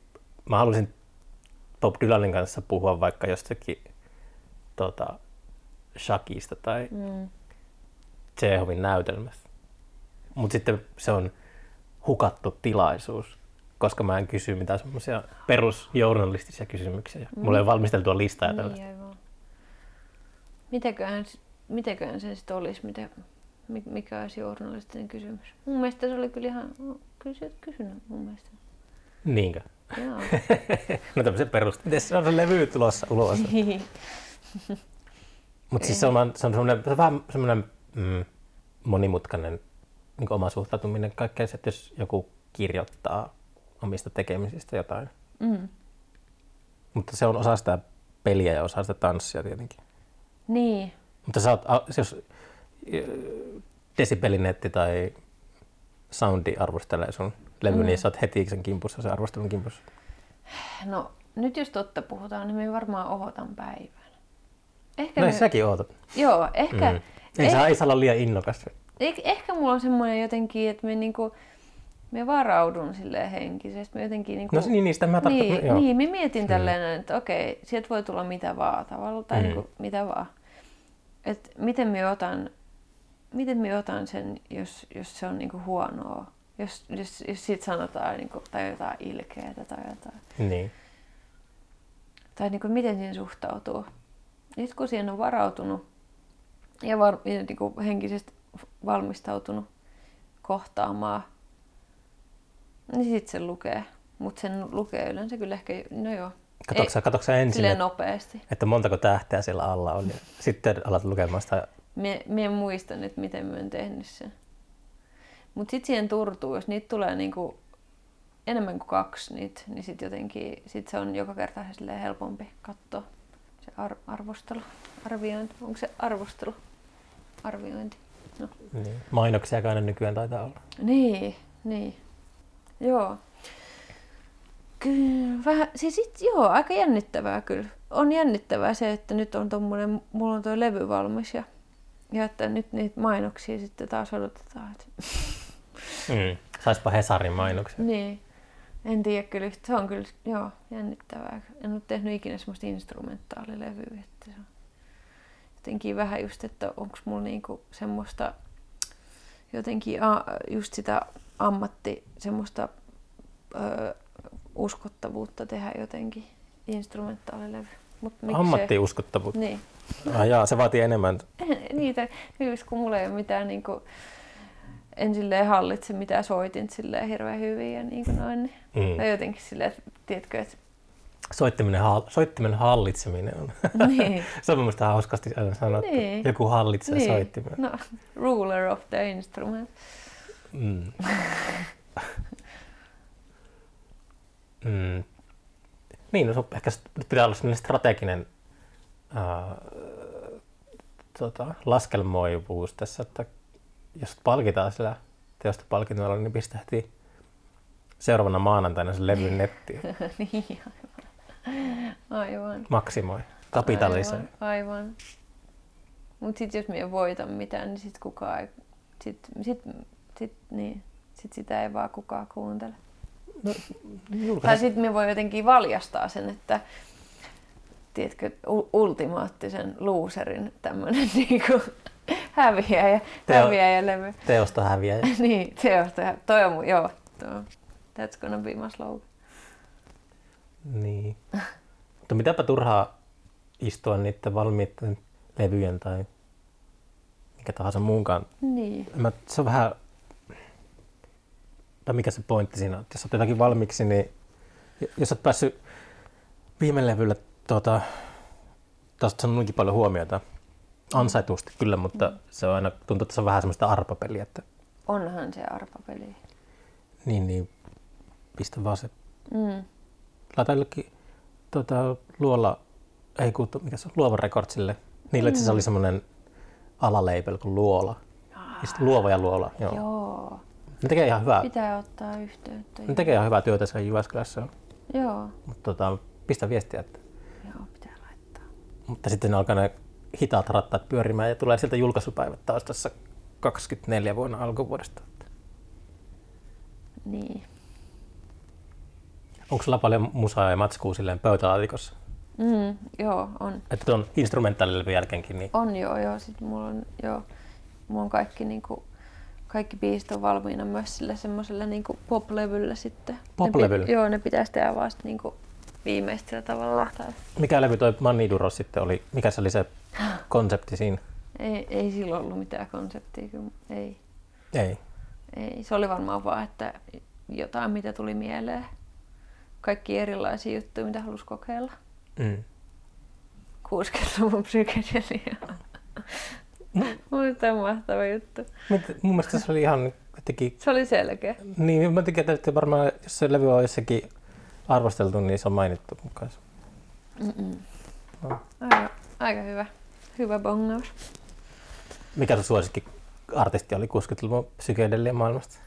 Speaker 2: mä haluaisin Bob Dylanin kanssa puhua vaikka jostakin tota, Shakista tai
Speaker 1: Mm.
Speaker 2: Chehovin näytelmästä. Mutta sitten se on hukattu tilaisuus, koska mä en kysy mitään semmoisia perusjournalistisia kysymyksiä. Mm. Mulla ei ole valmisteltua listaa niin. tällaista.
Speaker 1: Niin, aivan. Mitäköhän, s- mitäköhän se sitten olisi, mitä, mi- mikä olisi journalistinen kysymys? Mun mielestä se oli kyllä ihan, kyllä sä oot kysynyt mun mielestä.
Speaker 2: Niinkö?
Speaker 1: Joo.
Speaker 2: No tämmöisen perus. Miten Niin se on se levy tulossa ulos? Mutta siis se on, vaan- se on, semmoinen, se on vähän semmoinen mm, monimutkainen niin oma suhtautuminen kaikkeen, se, että jos joku kirjoittaa omista tekemisistä jotain.
Speaker 1: mm.
Speaker 2: Mutta se on osa sitä peliä ja osa sitä tanssia tietenkin.
Speaker 1: Niin,
Speaker 2: Mutta sä oot, a- jos ö, desibelinetti tai soundi arvostelee sun levy, mm. niin sä oot heti sen kimpussa, sen arvostelun kimpussa.
Speaker 1: no nyt jos totta puhutaan, niin me varmaan ohotan päivän. Ehkä,
Speaker 2: No ei
Speaker 1: me-
Speaker 2: säkin ootat.
Speaker 1: joo, ehkä,
Speaker 2: Mm. Ei, saa, ei saa olla liian innokas.
Speaker 1: Eh- ehkä mulla on semmoinen jotenkin, että me niinku, me varaudun sille henkisesti. Me jotenkin niinku,
Speaker 2: No se- niin, niin, sitä mä tarkoitan.
Speaker 1: niin,
Speaker 2: joo.
Speaker 1: niin, mä mietin tälleen, että okei, sieltä voi tulla mitä vaan tavalla tai mm. niin mitä vaan. että miten me otan, miten me otan sen, jos, jos se on niinku huonoa. Jos, jos, jos siitä sanotaan niinku, tai jotain ilkeää tai jotain.
Speaker 2: Niin.
Speaker 1: Tai niinku, miten siihen suhtautuu. Nyt kun siihen on varautunut ja, var, ja niinku, henkisesti valmistautunut kohtaamaan, niin sitten se lukee. Mutta sen lukee yleensä kyllä ehkä, no joo,
Speaker 2: Katoksa, sä katoksa ensin,
Speaker 1: silleen
Speaker 2: että,
Speaker 1: nopeasti.
Speaker 2: että montako tähteä siellä alla on, ja sitten alat lukemaan sitä.
Speaker 1: Mie, mie muistan, että miten mä oon tehnyt sen. Mutta sitten siihen turtuu, jos niitä tulee niinku enemmän kuin kaksi niitä, niin sitten jotenkin sit se on joka kerta ihan silleen helpompi katsoa. Se ar- arvostelu, arviointi, onko se arvostelu, arviointi? No.
Speaker 2: Niin. Mainoksia aina nykyään taitaa olla.
Speaker 1: Niin, niin. Joo. Kyllä, vähän, siis it, joo, aika jännittävää kyllä. On jännittävää se, että nyt on tommonen, mulla on toi levy valmis ja, ja että nyt niitä mainoksia sitten taas odotetaan. Että,
Speaker 2: Mm. Saispa Hesarin mainoksia.
Speaker 1: niin, en tiedä kyllä, yht- se on kyllä, joo, jännittävää. En ole tehnyt ikinä semmoista instrumentaalilevyä, että se on jotenkin vähän just, että onko mulla niinku semmoista jotenkin a, just sitä ammatti, semmoista ö, uskottavuutta tehdä jotenkin instrumentaalilevy. Mut miksei?
Speaker 2: Ammattiuskottavuutta.
Speaker 1: Niin.
Speaker 2: Ah, jaa, se vaatii enemmän.
Speaker 1: Niitä, just kun mulla ei ole mitään niinku, en silleen hallitse mitään soitin silleen hirveän hyvin ja niinku noin. Niin.
Speaker 2: Mm.
Speaker 1: Tai jotenkin silleen, että tiedätkö, että
Speaker 2: Soittimen, hall- soittimen hallitseminen on.
Speaker 1: niin.
Speaker 2: se on mun mielestä hauskasti aina sanottu.
Speaker 1: Niin.
Speaker 2: Joku hallitsee
Speaker 1: niin.
Speaker 2: soittimen.
Speaker 1: No, ruler of the instrument.
Speaker 2: Mm. mm. Niin, no, sun ehkä s- nyt pitää olla sellainen strateginen ää, tota, laskelmoivuus tässä, että jos palkitaan sillä teosta palkinnolla, niin pistä heti seuraavana maanantaina sen levyn nettiin.
Speaker 1: niin, aivan. Aivan.
Speaker 2: Maksimoi. Kapitalisoi.
Speaker 1: Aivan. aivan. Mutta sitten jos minä voitan mitään, niin sitten kukaan ei... Sitten sit, sit, niin. sit sitä ei vaan kukaan kuuntele. Tai
Speaker 2: Julkaise-
Speaker 1: sitten minä voi jotenkin valjastaa sen, että tiedätkö, u- ultimaattisen loserin tämmöinen niinku häviäjä,
Speaker 2: Teo-
Speaker 1: häviäjä levy.
Speaker 2: Teosta häviää.
Speaker 1: niin, se on tämä. Toi on mun, joo. Tuo. That's gonna be my slogan.
Speaker 2: Niin. Mutta mitäpä turhaa istua niiden valmiiden levyjen tai mikä tahansa muunkaan.
Speaker 1: Niin.
Speaker 2: En Mä, se on vähän, tai mikä se pointti siinä on, että jos olet jotakin valmiiksi, niin j- jos olet päässyt viime levyllä, tuota, taas oot saanut niinkin paljon huomiota, ansaitusti kyllä, mutta se on aina, tuntuu, että se on vähän semmoista arpapeliä, että
Speaker 1: Onhan se arpapeli.
Speaker 2: niin, niin, pistä vaan se
Speaker 1: Mm.
Speaker 2: laita jollekin tuota, luola, ei kun, tu- mikä se on, luovan rekordsille. Niillä itse asiassa oli semmoinen alaleipel kuin luola. Ja sitten luova ja luola, joo. joo.
Speaker 1: Joo.
Speaker 2: Ne tekee ihan hyvää,
Speaker 1: Pitää ottaa yhteyttä.
Speaker 2: ne tekee ihan hyvää työtä siellä Jyväskylässä,
Speaker 1: Joo.
Speaker 2: mutta tota, pistä viestiä, että,
Speaker 1: Joo, pitää laittaa.
Speaker 2: mutta sitten ne alkaa ne hitaat rattaat pyörimään ja tulee sieltä julkaisupäivät taas tässä 24 vuonna alkuvuodesta.
Speaker 1: Niin.
Speaker 2: Onko sulla paljon musaa ja matskua silleen pöytälaatikossa?
Speaker 1: Mm, joo, on.
Speaker 2: Että tuon instrumentaalilevyn jälkeenkin, niin
Speaker 1: On joo, joo. Sitten mulla on, joo. Mulla on kaikki niinku, kaikki biisit on valmiina myös sillä semmoisella niinku pop-levyllä sitten.
Speaker 2: Pop-levyllä?
Speaker 1: Ne, pi- joo, ne pitäisi tehdä vaan sit niinku viimeistellä tavalla. Tai,
Speaker 2: mikä levy toi Maniduro sitten oli? Mikä se oli se konsepti siinä?
Speaker 1: ei, ei silloin ollut mitään konseptia, kyllä. Ei.
Speaker 2: Ei.
Speaker 1: Ei, se oli varmaan vaan, että jotain mitä tuli mieleen. Kaikki erilaisia juttuja, mitä halusi kokeilla.
Speaker 2: Mm.
Speaker 1: 60-luvun psykedelia.
Speaker 2: No.
Speaker 1: Mutta tämä on mahtava juttu.
Speaker 2: Mut Mun mielestä se oli ihan jotenkin,
Speaker 1: Se oli selkeä.
Speaker 2: niin mä tykkään, että varmaan jos se levy on jossakin arvosteltu, niin se on mainittu mukaan. No.
Speaker 1: Aika, aika hyvä. Hyvä bongaus.
Speaker 2: Mikä sun suosikki artisti oli 60-luvun psykedelia maailmasta?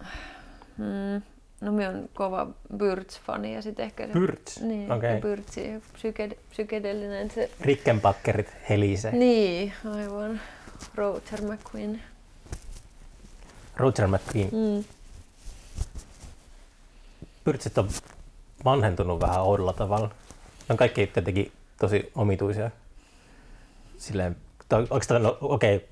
Speaker 1: Mm. No minä on kova Byrds-fani ja sitten ehkä se...
Speaker 2: Byrds?
Speaker 1: Niin,
Speaker 2: Okei.
Speaker 1: okay. Byrdsi, psyked, psykedellinen se...
Speaker 2: Rickenbackerit, Helise,
Speaker 1: Niin, aivan. Roger McQueen.
Speaker 2: Roger McQueen.
Speaker 1: Mm.
Speaker 2: Pyrtsit on vanhentunut vähän oudolla tavalla. Ne on kaikki tietenkin tosi omituisia. Silleen Oikeastaan, no, okei, okay,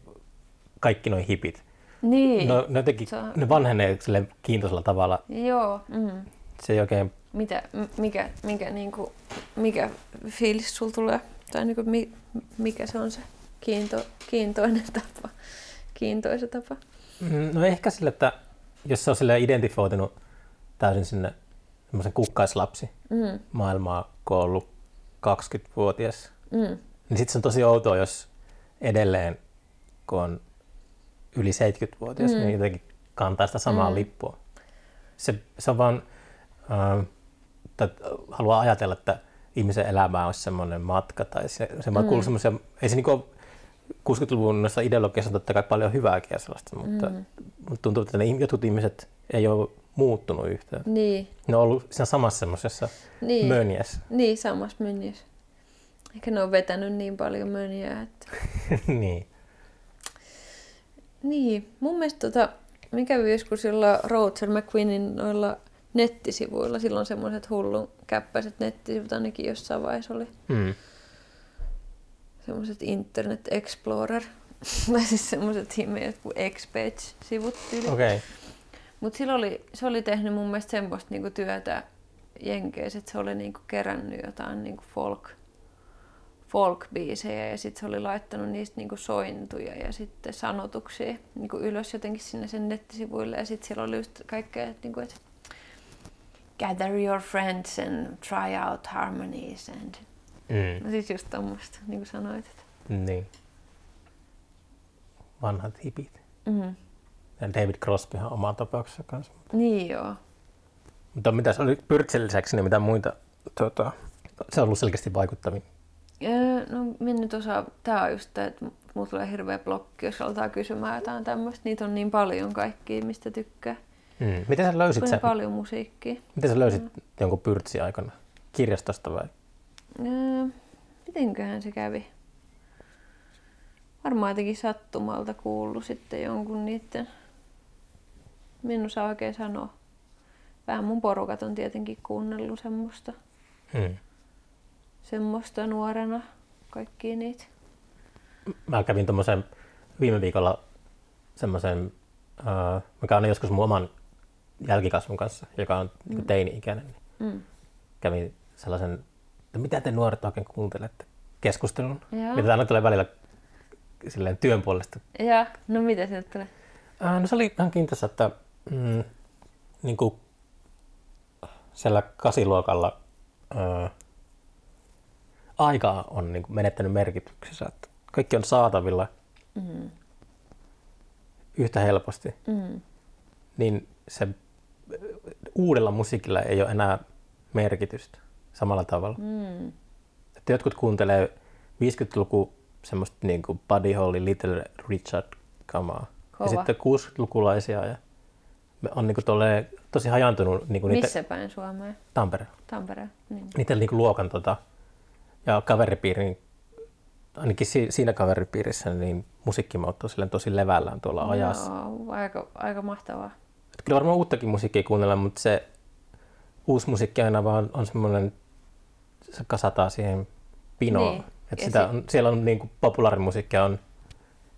Speaker 2: kaikki noin hipit.
Speaker 1: Niin,
Speaker 2: No, ne, jotenkin,
Speaker 1: Se on-
Speaker 2: ne vanhenee silleen kiintoisella tavalla.
Speaker 1: joo. Mm.
Speaker 2: Se ei oikein,
Speaker 1: Mitä, m- mikä, mikä, niinku, mikä fiilis sulla tulee? Tai niinku, mi, mikä se on se kiinto, kiintoinen tapa? Kiintoisa tapa.
Speaker 2: Mm, no ehkä sille, että jos se on sille identifioitunut täysin sinne semmoisen kukkaislapsi
Speaker 1: Mm,
Speaker 2: maailmaa, kun on ollut 20-vuotias,
Speaker 1: mm.
Speaker 2: niin sitten se on tosi outoa, jos edelleen, kun on yli 70-vuotias, mm. niin jotenkin kantaa sitä samaa mm. lippua. Se, se on vaan, äh, tai haluaa ajatella, että ihmisen elämä on semmoinen matka, tai se, se mm. kuuluu semmoisia, ei se niinku 60-luvun noissa ideologiassa on totta kai paljon hyvääkin ja sellaista, mutta mm. tuntuu, että ne ihm- jotkut ihmiset ei ole muuttunut yhtään.
Speaker 1: Niin,
Speaker 2: Ne on ollut siinä samassa semmoisessa
Speaker 1: niin.
Speaker 2: niin. mönjässä.
Speaker 1: Niin, samassa mönjässä. Ehkä ne on vetänyt niin paljon mönjää, että...
Speaker 2: niin.
Speaker 1: Niin, mun mielestä tota, mä kävin joskus jolla Rhodes and McQueenin noilla nettisivuilla, silloin semmoiset hullun käppäiset nettisivut ainakin jossain vaiheessa oli
Speaker 2: Mm.
Speaker 1: semmoiset Internet Explorer, tai siis semmoiset himeet kuin X-Page-sivut tyyli. Okay.
Speaker 2: Okei. Okay.
Speaker 1: Mutta silloin oli, se oli tehnyt mun mielestä semmoista niinku työtä jenkeissä, että se oli niinku kerännyt jotain niinku folk, folk-biisejä ja sitten se oli laittanut niistä niinku sointuja ja sitten sanotuksia niinku ylös jotenkin sinne sen nettisivuille ja sitten siellä oli just kaikkea, että niinku, et gather your friends and try out harmonies and
Speaker 2: Mm.
Speaker 1: no siis just tommoista, niin kuin sanoit. Että.
Speaker 2: Niin. Vanhat hipit.
Speaker 1: Mm.
Speaker 2: Ja David Crosbyhan oma tapauksessa kanssa.
Speaker 1: Niin joo.
Speaker 2: Mutta mitä se oli Pyrtsin lisäksi, niin mitä muita? Tota, se on ollut selkeästi vaikuttavin.
Speaker 1: Öö, no minä nyt osaa, tää on just tää, että mulla tulee hirveä blokki, jos aletaan kysymään jotain tämmöistä. Niitä on niin paljon kaikkia, mistä tykkää.
Speaker 2: Mm. Miten sä löysit,
Speaker 1: Tosi
Speaker 2: sen,
Speaker 1: paljon musiikkia.
Speaker 2: miten sä löysit mm. jonkun Pyrtsin aikana? Kirjastosta vai?
Speaker 1: Öö, mitenköhän se kävi? Varmaan jotenkin sattumalta kuullut sitten jonkun niitten. Minä en osaa oikein sanoa. Vähän mun porukat on tietenkin kuunnellut semmoista,
Speaker 2: Mm.
Speaker 1: semmoista nuorena. Kaikki niitä.
Speaker 2: Mä kävin tuommoisen viime viikolla semmoisen, äh, mä käyn aina joskus mun oman jälkikasvun kanssa, joka on mm. teini-ikäinen. Niin
Speaker 1: Mm.
Speaker 2: kävin sellaisen, että mitä te nuoret oikein kuuntelette keskustelun,
Speaker 1: Joo.
Speaker 2: mitä aina tulee välillä silleen työn puolesta.
Speaker 1: Ja, no mitä sieltä tulee?
Speaker 2: Ää, no se oli ihan kiintoisa, että mm, niin kuin siellä kasiluokalla ää, aika on niin kuin menettänyt merkityksensä, että kaikki on saatavilla mm. yhtä helposti,
Speaker 1: Mm.
Speaker 2: niin se ä, uudella musiikilla ei ole enää merkitystä samalla tavalla.
Speaker 1: Mm.
Speaker 2: Että jotkut kuuntelee 50-luku semmoista niin kuin Buddy Holly, Little Richard kamaa.
Speaker 1: Kova.
Speaker 2: Ja sitten 60-lukulaisia ja me on niin kuin tolleen, tosi hajantunut niin kuin niitä
Speaker 1: Missä päin Suomea?
Speaker 2: Tampere.
Speaker 1: Tampere. Niin.
Speaker 2: Niiden niin kuin luokan tota, ja kaveripiirin, ainakin si- siinä kaveripiirissä, niin musiikkimaut on silleen tosi levällään tuolla no. ajassa.
Speaker 1: Joo, aika, aika mahtavaa.
Speaker 2: Et kyllä varmaan uuttakin musiikkia kuunnellaan, mutta se uusi musiikki aina vaan on semmoinen, se kasataan siihen pinoon.
Speaker 1: Niin.
Speaker 2: Niin.
Speaker 1: Ja
Speaker 2: Et sitä
Speaker 1: sit-
Speaker 2: on, siellä on niin kuin populaarimusiikkia on,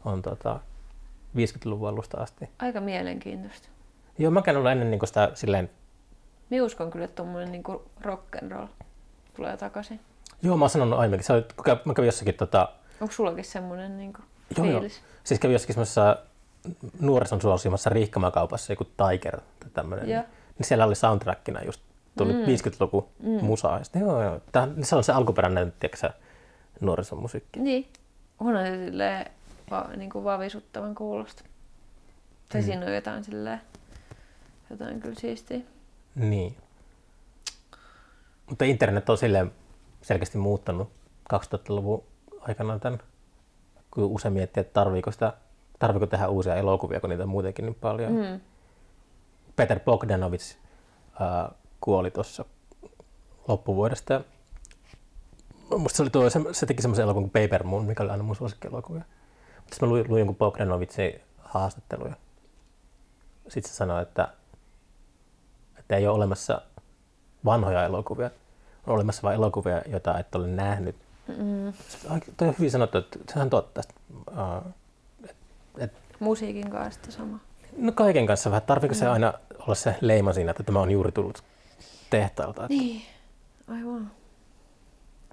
Speaker 2: on tota 50-luvun alusta asti.
Speaker 1: Aika mielenkiintoista.
Speaker 2: Joo, mäkään en ollut ennen niin sitä silleen,
Speaker 1: Minä uskon kyllä, että tuommoinen niinku rock and roll tulee takaisin.
Speaker 2: joo mä oon sanonut aiemminkin, se oli, kun kä- mä kävin jossakin tota,
Speaker 1: Onko sullakin semmoinen niinku
Speaker 2: joo, joo,
Speaker 1: fiilis?
Speaker 2: siis kävin jossakin semmoisessa nuorison suosimassa riihkamakaupassa joku Tiger tai tämmöinen.
Speaker 1: Joo.
Speaker 2: Niin siellä oli soundtrackina just tuli mm. 50-luku mm. musaa. Ja sitten, joo, joo. Tämä, se on se alkuperäinen, tiedätkö sä, nuorison musiikki.
Speaker 1: Niin. Onhan se silleen va, niinku vavisuttavan kuulosta.
Speaker 2: Hmm.
Speaker 1: Tai mm. siinä on jotain silleen, jotain kyllä siistiä.
Speaker 2: Niin. Mutta internet on silleen selkeästi muuttanut 2000-luvun aikana tämän, kun usein miettii, että tarviiko, sitä, tarviiko tehdä uusia elokuvia, kun niitä on muutenkin niin paljon. Mm.
Speaker 1: Mm.
Speaker 2: Peter Bogdanovich äh, kuoli tuossa loppuvuodesta. ja Musta se, oli tuo, se, se teki semmoisen elokuvan kuin Paper Moon, mikä oli aina mun suosikkielokuvia. Mutta sitten mä luin, luin jonkun Bogdanovichin haastatteluja. Sitten se sanoi, että, että ei ole olemassa vanhoja elokuvia. On olemassa vain elokuvia, joita et ole nähnyt.
Speaker 1: Mm.
Speaker 2: Ai, Toi on hyvin sanottu, että sehän on totta. Sit, ää,
Speaker 1: Musiikin kanssa sitten sama.
Speaker 2: No kaiken kanssa vähän. Tarviiko se aina olla se leima siinä, että tämä on juuri tullut tehtaalta? Niin.
Speaker 1: Niin, aivan.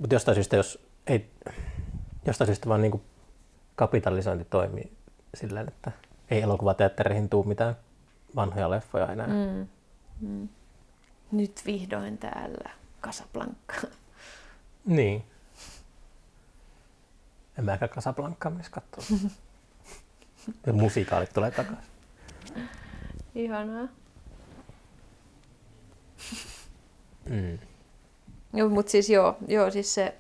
Speaker 2: Mutta jostain syystä, jos ei, jostain syystä vaan niin kapitalisointi toimii sillä tavalla, että ei elokuvateattereihin tuu mitään vanhoja leffoja enää. Mm.
Speaker 1: Mm. Mm. Nyt vihdoin täällä Casablanca.
Speaker 2: Niin. En mäkään Casablancaa menisi katsoa. Ja Musikaalit tulee takaisin.
Speaker 1: Ihanaa.
Speaker 2: Mm.
Speaker 1: Joo, mutta siis joo, joo siis se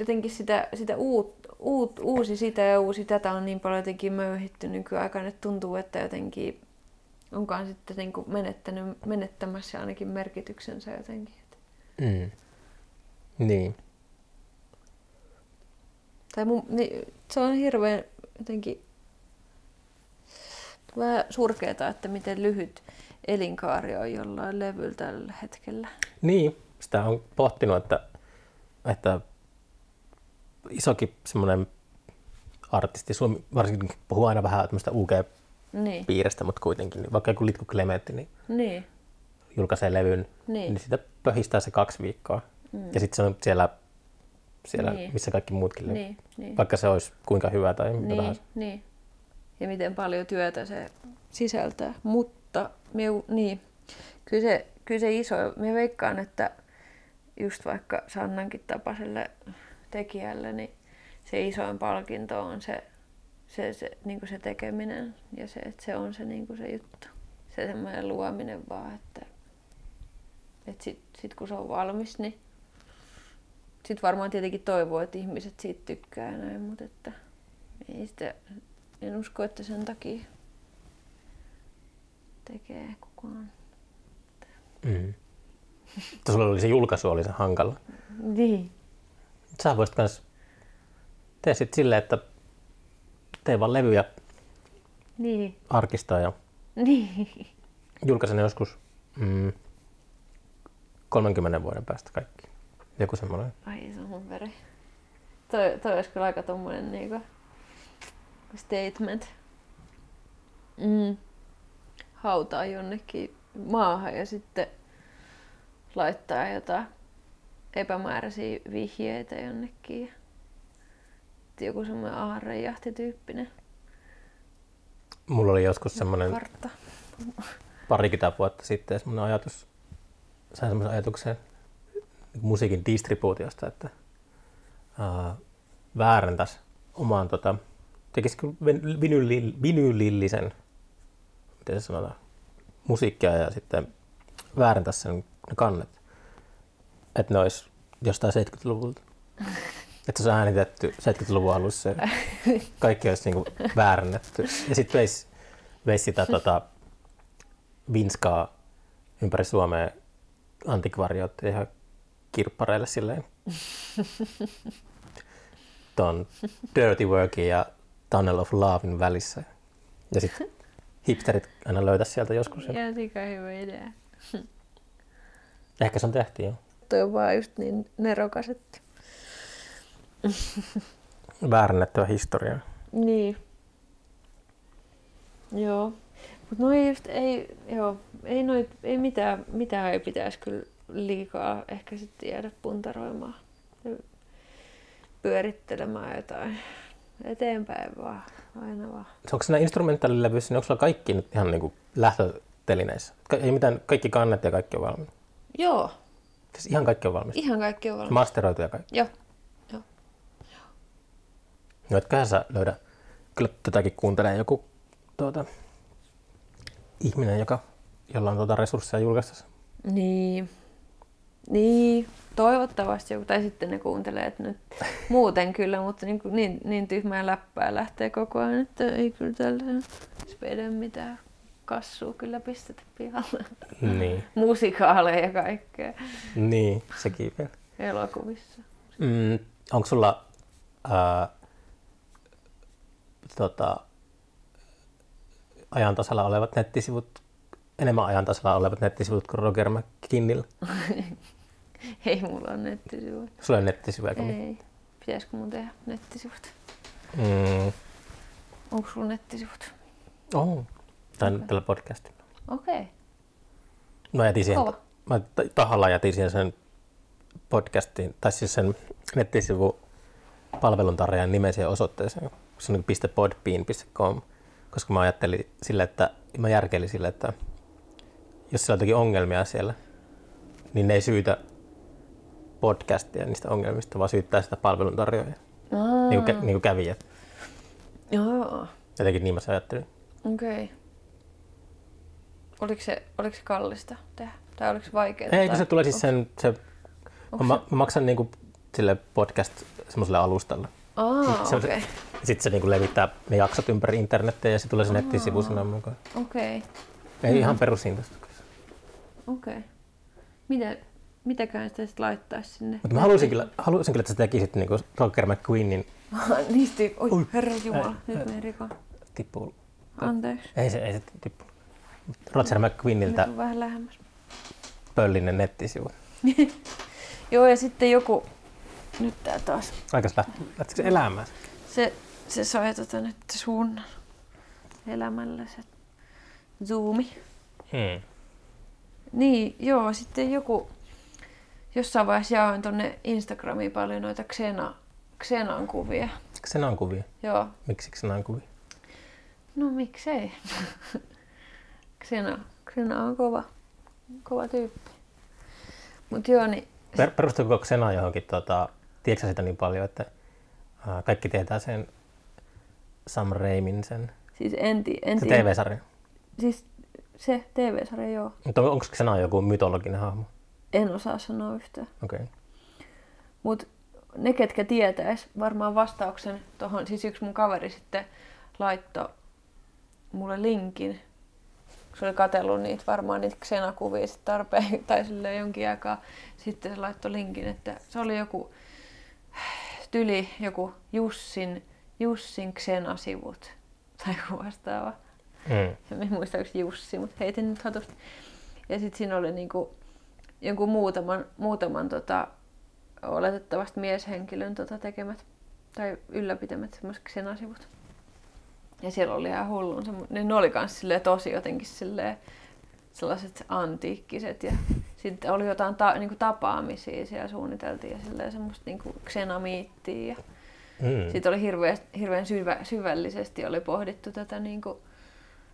Speaker 1: jotenkin sitä, sitä uut, uut, uusi sitä ja uusi tätä on niin paljon jotenkin möyhitty nykyaikana, että tuntuu, että jotenkin onkaan sitten niin kuin menettänyt, menettämässä ainakin merkityksensä jotenkin. Et-
Speaker 2: Mm. Niin.
Speaker 1: Tai mun, niin, se on hirveän jotenkin vähän surkeeta, että miten lyhyt elinkaari on jollain levyllä tällä hetkellä.
Speaker 2: Niin, sitä on pohtinut, että, että isokin semmoinen artisti, Suomi varsinkin puhuu aina vähän tämmöistä UG-piiristä,
Speaker 1: Niin,
Speaker 2: mutta kuitenkin, niin vaikka joku Litku Klementti niin
Speaker 1: niin,
Speaker 2: julkaisee levyn, niin,
Speaker 1: niin.
Speaker 2: niin sitä pöhistää se kaksi viikkoa. Mm. Ja sitten se on siellä, siellä
Speaker 1: Niin.
Speaker 2: niin. missä kaikki muutkin levyt.
Speaker 1: Niin, niin.
Speaker 2: Vaikka se olisi kuinka hyvä tai mitä niin.
Speaker 1: Niin,
Speaker 2: tahansa.
Speaker 1: niin. Ja miten paljon työtä se sisältää. Mutta miu, niin, kyllä, se, kyllä se iso, me veikkaan, että just vaikka Sannankin tapaiselle tekijälle, niin se isoin palkinto on se, se, se, niin se tekeminen ja se, että se on se, niin se juttu. Se semmoinen luominen vaan, että, että sitten sit kun se on valmis, niin sitten varmaan tietenkin toivoo, että ihmiset siitä tykkää ja näin, mutta että ei sitä, en usko, että sen takia tekee kukaan.
Speaker 2: Mm. Mutta sulla oli se julkaisu, oli se hankala.
Speaker 1: Niin.
Speaker 2: Sä voisit kans tee sit silleen, että tee vaan levyjä
Speaker 1: Niin.
Speaker 2: arkistaa ja
Speaker 1: Niin.
Speaker 2: julkaisen joskus mm, 30 vuoden päästä kaikki. Joku semmoinen.
Speaker 1: Ai se on mun veri. Toi, toi olisi kyllä aika tommonen niinku statement. Mm. Hautaa jonnekin maahan ja sitten laittaa jotain epämääräisiä vihjeitä jonnekin. Sitten Joku semmoinen aarrejahtityyppinen
Speaker 2: Mulla oli joskus semmoinen
Speaker 1: kartta.
Speaker 2: parikymmentä vuotta sitten semmoinen ajatus, sain semmoisen ajatuksen niin kuin musiikin distribuutiosta, että ää, väärentäisi omaan, tota, tekisikö ven- vinyli, vinylillisen, miten se sanotaan, musiikkia ja sitten väärentäisi sen ne kannet, että ne olisi jostain 70-luvulta. Että se on äänitetty 70-luvun alussa ja kaikki olisi niinku väärennetty. Ja sitten veisi veis sitä tota, vinskaa ympäri Suomea antikvarioit ja ihan kirppareille silleen. Ton Dirty Workin ja Tunnel of Lovein välissä. Ja sitten hipsterit aina löytäisi sieltä joskus. Ja
Speaker 1: Ja sika hyvä idea.
Speaker 2: ehkä se on tehty jo.
Speaker 1: Toi on vaan just niin nerokas, että...
Speaker 2: Väärennettyä historiaa.
Speaker 1: Niin. Joo. Mut no ei just, ei, joo, ei noit, ei mitään, mitään ei pitäisi kyllä liikaa ehkä sitten jäädä puntaroimaan. ja Pyörittelemään jotain. Eteenpäin vaan, aina vaan.
Speaker 2: Onko siinä instrumentaalilevyissä, niin onko sulla kaikki nyt ihan niinku lähtötelineissä? Ka- ei mitään, kaikki kannet ja kaikki on valmiina.
Speaker 1: Joo,
Speaker 2: Siis ihan kaikki on valmis.
Speaker 1: ihan kaikki on valmis.
Speaker 2: Masteroitu ja kaikki.
Speaker 1: Joo.
Speaker 2: No etköhän sä löydä, kyllä tätäkin kuuntelee joku tuota, ihminen, joka, jolla on tuota resursseja julkaista.
Speaker 1: Niin. Niin, toivottavasti joku, tai sitten ne kuuntelee, että nyt muuten kyllä, mutta niin, niin, niin tyhmää läppää lähtee koko ajan, että ei kyllä tällä spede mitään kassua kyllä pistetä pihalle.
Speaker 2: Niin,
Speaker 1: Musikaaleja ja kaikkea
Speaker 2: niin sekin vielä.
Speaker 1: elokuvissa.
Speaker 2: Mm, onko sulla ää, tota, ajantasalla olevat nettisivut, enemmän ajantasalla olevat nettisivut kuin Roger McKinnillä?
Speaker 1: Ei mulla ole nettisivuja.
Speaker 2: Sulla on nettisivu eikä mitään.
Speaker 1: Ei. Pitäisikö mun tehdä nettisivut?
Speaker 2: Mm.
Speaker 1: Onko sulla nettisivut?
Speaker 2: Oh. Tän, tällä podcastilla.
Speaker 1: Okei. Okay.
Speaker 2: Mä jätin siihen,
Speaker 1: Kova.
Speaker 2: mä t- tahalla jätin siihen sen podcastin, tai siis sen nettisivun palveluntarjoajan nimen siihen osoitteeseen. Se on niin .podbean.com, koska mä ajattelin sille, että mä järkeilin sille, että jos siellä on jotakin ongelmia siellä, niin ne ei syytä podcastia niistä ongelmista, vaan syyttää sitä palveluntarjoajaa. Mm. Niin, kuin, kä- niin kuin kävijät.
Speaker 1: Joo.
Speaker 2: Jotenkin niin mä sen ajattelin.
Speaker 1: Okei. Okay. Oliko se, oliko se kallista tehdä? Tai oliko se vaikeaa?
Speaker 2: Ei, kun se tulee siis sen, se, mä, mä, maksan niinku sille podcast semmoiselle alustalle.
Speaker 1: Aa,
Speaker 2: Se-
Speaker 1: okei. Okay.
Speaker 2: Sitten se niinku levittää ne jaksot ympäri internettiä ja se tulee se nettisivu sinne mukaan.
Speaker 1: Okei. Okay.
Speaker 2: Ei ihan perusintoista.
Speaker 1: Okei. Okay. Mitä, mitäköhän sitä sitten laittaisi sinne?
Speaker 2: Mutta mä haluaisin kyllä, haluaisin kyllä, että sä tekisit niinku Roger McQueenin
Speaker 1: Niistä, oi, oi herra Jumala, nyt me rikon.
Speaker 2: tippu.
Speaker 1: Anteeksi,
Speaker 2: Ei se, ei se tippu. Roger McQueenilta
Speaker 1: nyt on vähän lähemmäs.
Speaker 2: pöllinen nettisivu.
Speaker 1: Joo, ja sitten joku, nyt tää taas,
Speaker 2: Aikas lähti. Lähtikö se elämään?
Speaker 1: se, se sai tota nyt suunnan elämällä se zoomi.
Speaker 2: Hmm.
Speaker 1: Niin, joo, sitten joku, jossain vaiheessa jaoin tonne Instagramiin paljon noita Xena, Xenan kuvia.
Speaker 2: Sen on kuvia.
Speaker 1: Joo,
Speaker 2: Miksi sen on kuvia?
Speaker 1: no miksei. Xena, Xena on kova, kova tyyppi. Mut joo, niin
Speaker 2: Per, perustuuko Xena johonkin, tota, tiedätkö sä sitä niin paljon, että ää, kaikki tietää sen Sam Raimin sen,
Speaker 1: siis en, ti- en
Speaker 2: se
Speaker 1: tiedä.
Speaker 2: TV-sarja.
Speaker 1: Siis se TV-sarja, joo.
Speaker 2: Mutta on, onko Xena joku mytologinen hahmo?
Speaker 1: En osaa sanoa yhtään.
Speaker 2: Okei. Okay.
Speaker 1: Mutta ne, ketkä tietäis varmaan vastauksen tuohon, siis yksi mun kaveri sitten laittoi mulle linkin. kun Se oli katsellut niitä varmaan niitä ksenakuvia sit tarpeen, tai silleen jonkin aikaa. Sitten se laittoi linkin, että se oli joku tyli, joku Jussin, Jussin ksenasivut tai joku vastaava.
Speaker 2: Mm.
Speaker 1: En mä muista, onko se Jussi, mutta heitin nyt hatusta. Ja sitten siinä oli niinku, jonkun muutaman, muutaman tota, oletettavasti mieshenkilön tota, tekemät tai ylläpitämät semmoiset sivut. Ja siellä oli ihan hullun. semmo- Niin ne oli kans silleen tosi jotenkin silleen sellaiset antiikkiset ja sitten oli jotain ta, niinku tapaamisia siellä suunniteltiin ja silleen semmoista niinku ksenamiittia. Ja
Speaker 2: Mm.
Speaker 1: sitten oli hirveän, hirveän syvä, syvällisesti oli pohdittu tätä, niin kuin,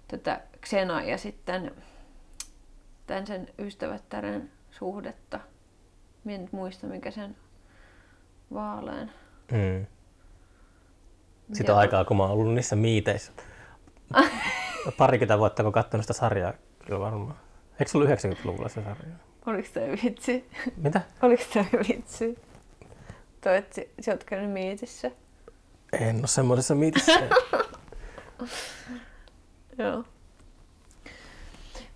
Speaker 1: tätä Xenaa ja sitten tämän sen ystävättären suhdetta. Minä en nyt muista, mikä sen vaalean.
Speaker 2: Mm. Sitä on aikaa, kun mä oon ollut niissä miiteissä. Parikymmentä vuotta, kun oon katsonut sitä sarjaa, kyllä varmaan. Eikö se ollut 90-luvulla se sarja?
Speaker 1: Oliko tämä vitsi?
Speaker 2: Mitä?
Speaker 1: Oliko tämä vitsi? Toi, että sä- sä oot käynyt miitissä.
Speaker 2: En ole semmoisessa miitissä.
Speaker 1: Joo.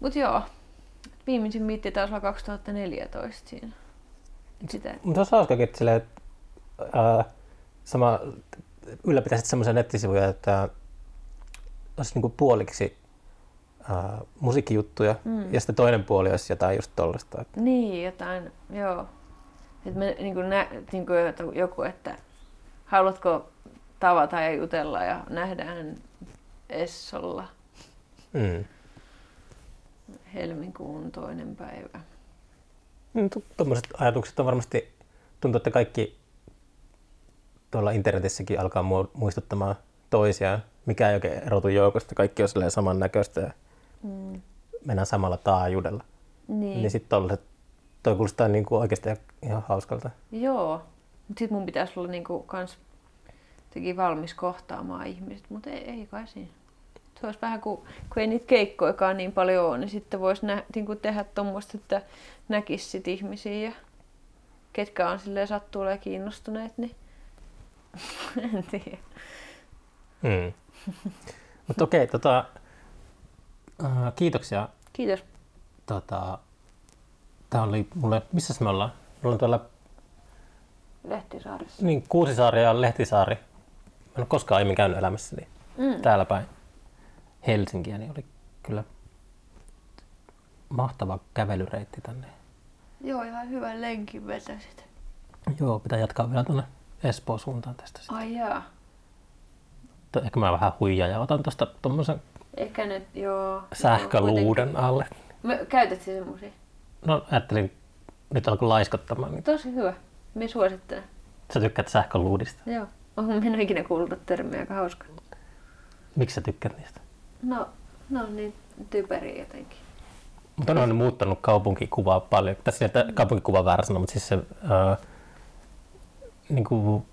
Speaker 1: Mut joo, viimeisin miitti taisi olla 2014 siinä. Et Sitä
Speaker 2: Mutta olisi hauska, että silleen, että, ää, sama, ylläpitäisit semmoisia nettisivuja, että olisi niinku puoliksi ää, musiikkijuttuja mm. ja sitten toinen puoli olisi jotain just tollasta.
Speaker 1: Niin, jotain, joo. Et me, niin kuin nä, niin kuin joku, että haluatko tavata ja jutella ja nähdään Essolla
Speaker 2: Mm.
Speaker 1: helmikuun toinen päivä.
Speaker 2: Tuommoiset Mm, ajatukset on varmasti, tuntuu, että kaikki tuolla internetissäkin alkaa muo- muistuttamaan toisiaan. Mikä ei oikein erotu joukosta, kaikki on silleen samannäköistä ja mennään samalla taajuudella.
Speaker 1: Niin,
Speaker 2: Niin sitten tollaset, toi kuulostaa niinku oikeasti ihan hauskalta.
Speaker 1: joo. Mutta sitten mun pitäisi olla niin kuin kans jotenkin valmis kohtaamaan ihmiset, mutta ei, ei kai siinä. Se olisi vähän kuin, kun ei niitä keikkoikaan niin paljon ole, niin sitten voisi nä, niin kuin tehdä tuommoista, että näkisi sit ihmisiä ja ketkä on silleen sattuu ja kiinnostuneet, niin en tiedä.
Speaker 2: Mm. Mutta okei, tota, äh, kiitoksia.
Speaker 1: Kiitos.
Speaker 2: Tota, tää oli mulle, missäs me ollaan? Me ollaan tuolla
Speaker 1: Lehtisaaressa.
Speaker 2: niin, Kuusisaari ja Lehtisaari. Mä en ole koskaan aiemmin käynyt elämässäni mm. täällä päin Helsinkiä, niin oli kyllä mahtava kävelyreitti tänne
Speaker 1: Joo, ihan hyvän lenkin vetäsit.
Speaker 2: Joo, pitää jatkaa vielä tuonne Espoon suuntaan tästä. sitten.
Speaker 1: Ai jaa.
Speaker 2: Mutta Ehkä mä vähän huijaan ja otan tuosta tuommoisen
Speaker 1: Ehkä nyt, joo.
Speaker 2: sähköluuden alle.
Speaker 1: Me, käytät sä semmosia?
Speaker 2: No ajattelin, nyt alkoi laiskottamaan. Niin
Speaker 1: Tosi hyvä. Me suosittelen.
Speaker 2: sä tykkäät sähköluudista.
Speaker 1: Joo. Onko minä ikinä kuullut termiä, aika hauska.
Speaker 2: Miksi sä tykkäät niistä?
Speaker 1: No, no niin, typeriä jotenkin.
Speaker 2: Mutta onhan ne muuttanut kaupunkikuvaa paljon. Tässä että kaupunkikuva on väärä sana, mutta siis se ää, niin kuin,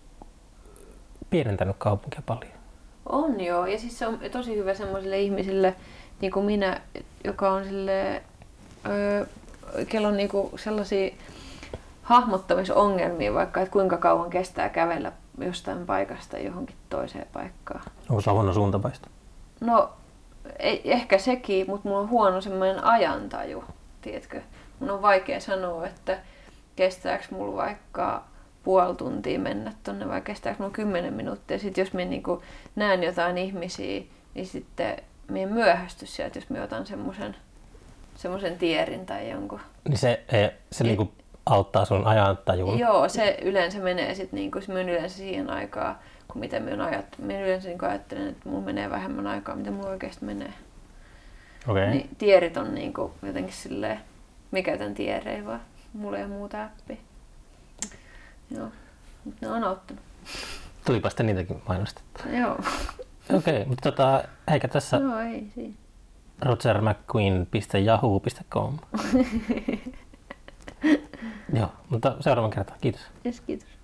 Speaker 2: pienentänyt kaupunkia paljon.
Speaker 1: On joo, ja siis se on tosi hyvä semmoisille ihmisille, niin kuin minä, joka on sille, öö, kello on niin kuin sellaisia hahmottamisongelmia vaikka, että kuinka kauan kestää kävellä jostain paikasta johonkin toiseen paikkaan.
Speaker 2: Onko se huono suuntapaista?
Speaker 1: No, ei, ehkä sekin, mutta mulla on huono semmoinen ajantaju, tiedätkö? Mun on vaikea sanoa, että kestääkö mulla vaikka puoli tuntia mennä tonne vai kestääkö mulla kymmenen minuuttia. Sitten jos mä niinku näen jotain ihmisiä, niin sitten mä en myöhästy sieltä, jos mä otan semmoisen semmoisen tierin tai jonkun.
Speaker 2: Niin se, eh, se niin kuin auttaa sun ajantajuun.
Speaker 1: Joo, se yleensä menee sitten niinku, se myön yleensä siihen aikaan, kun mitä myön ajattelen. Mä yleensä niinku ajattelen, että mulla menee vähemmän aikaa, mitä mulla oikeasti menee.
Speaker 2: Okei. Okay.
Speaker 1: Niin tierit on niinku jotenkin silleen, mä käytän tierejä vaan, mulla ei ole muuta appia. Joo, mutta ne on auttanut.
Speaker 2: Tulipa sitten niitäkin mainostettua.
Speaker 1: Joo,
Speaker 2: Okei, okay, mutta tota, eikä tässä
Speaker 1: no ei siinä.
Speaker 2: rogermcqueen.yahoo.com. Joo, mutta seuraavan kertaan. Kiitos.
Speaker 1: Yes, kiitos.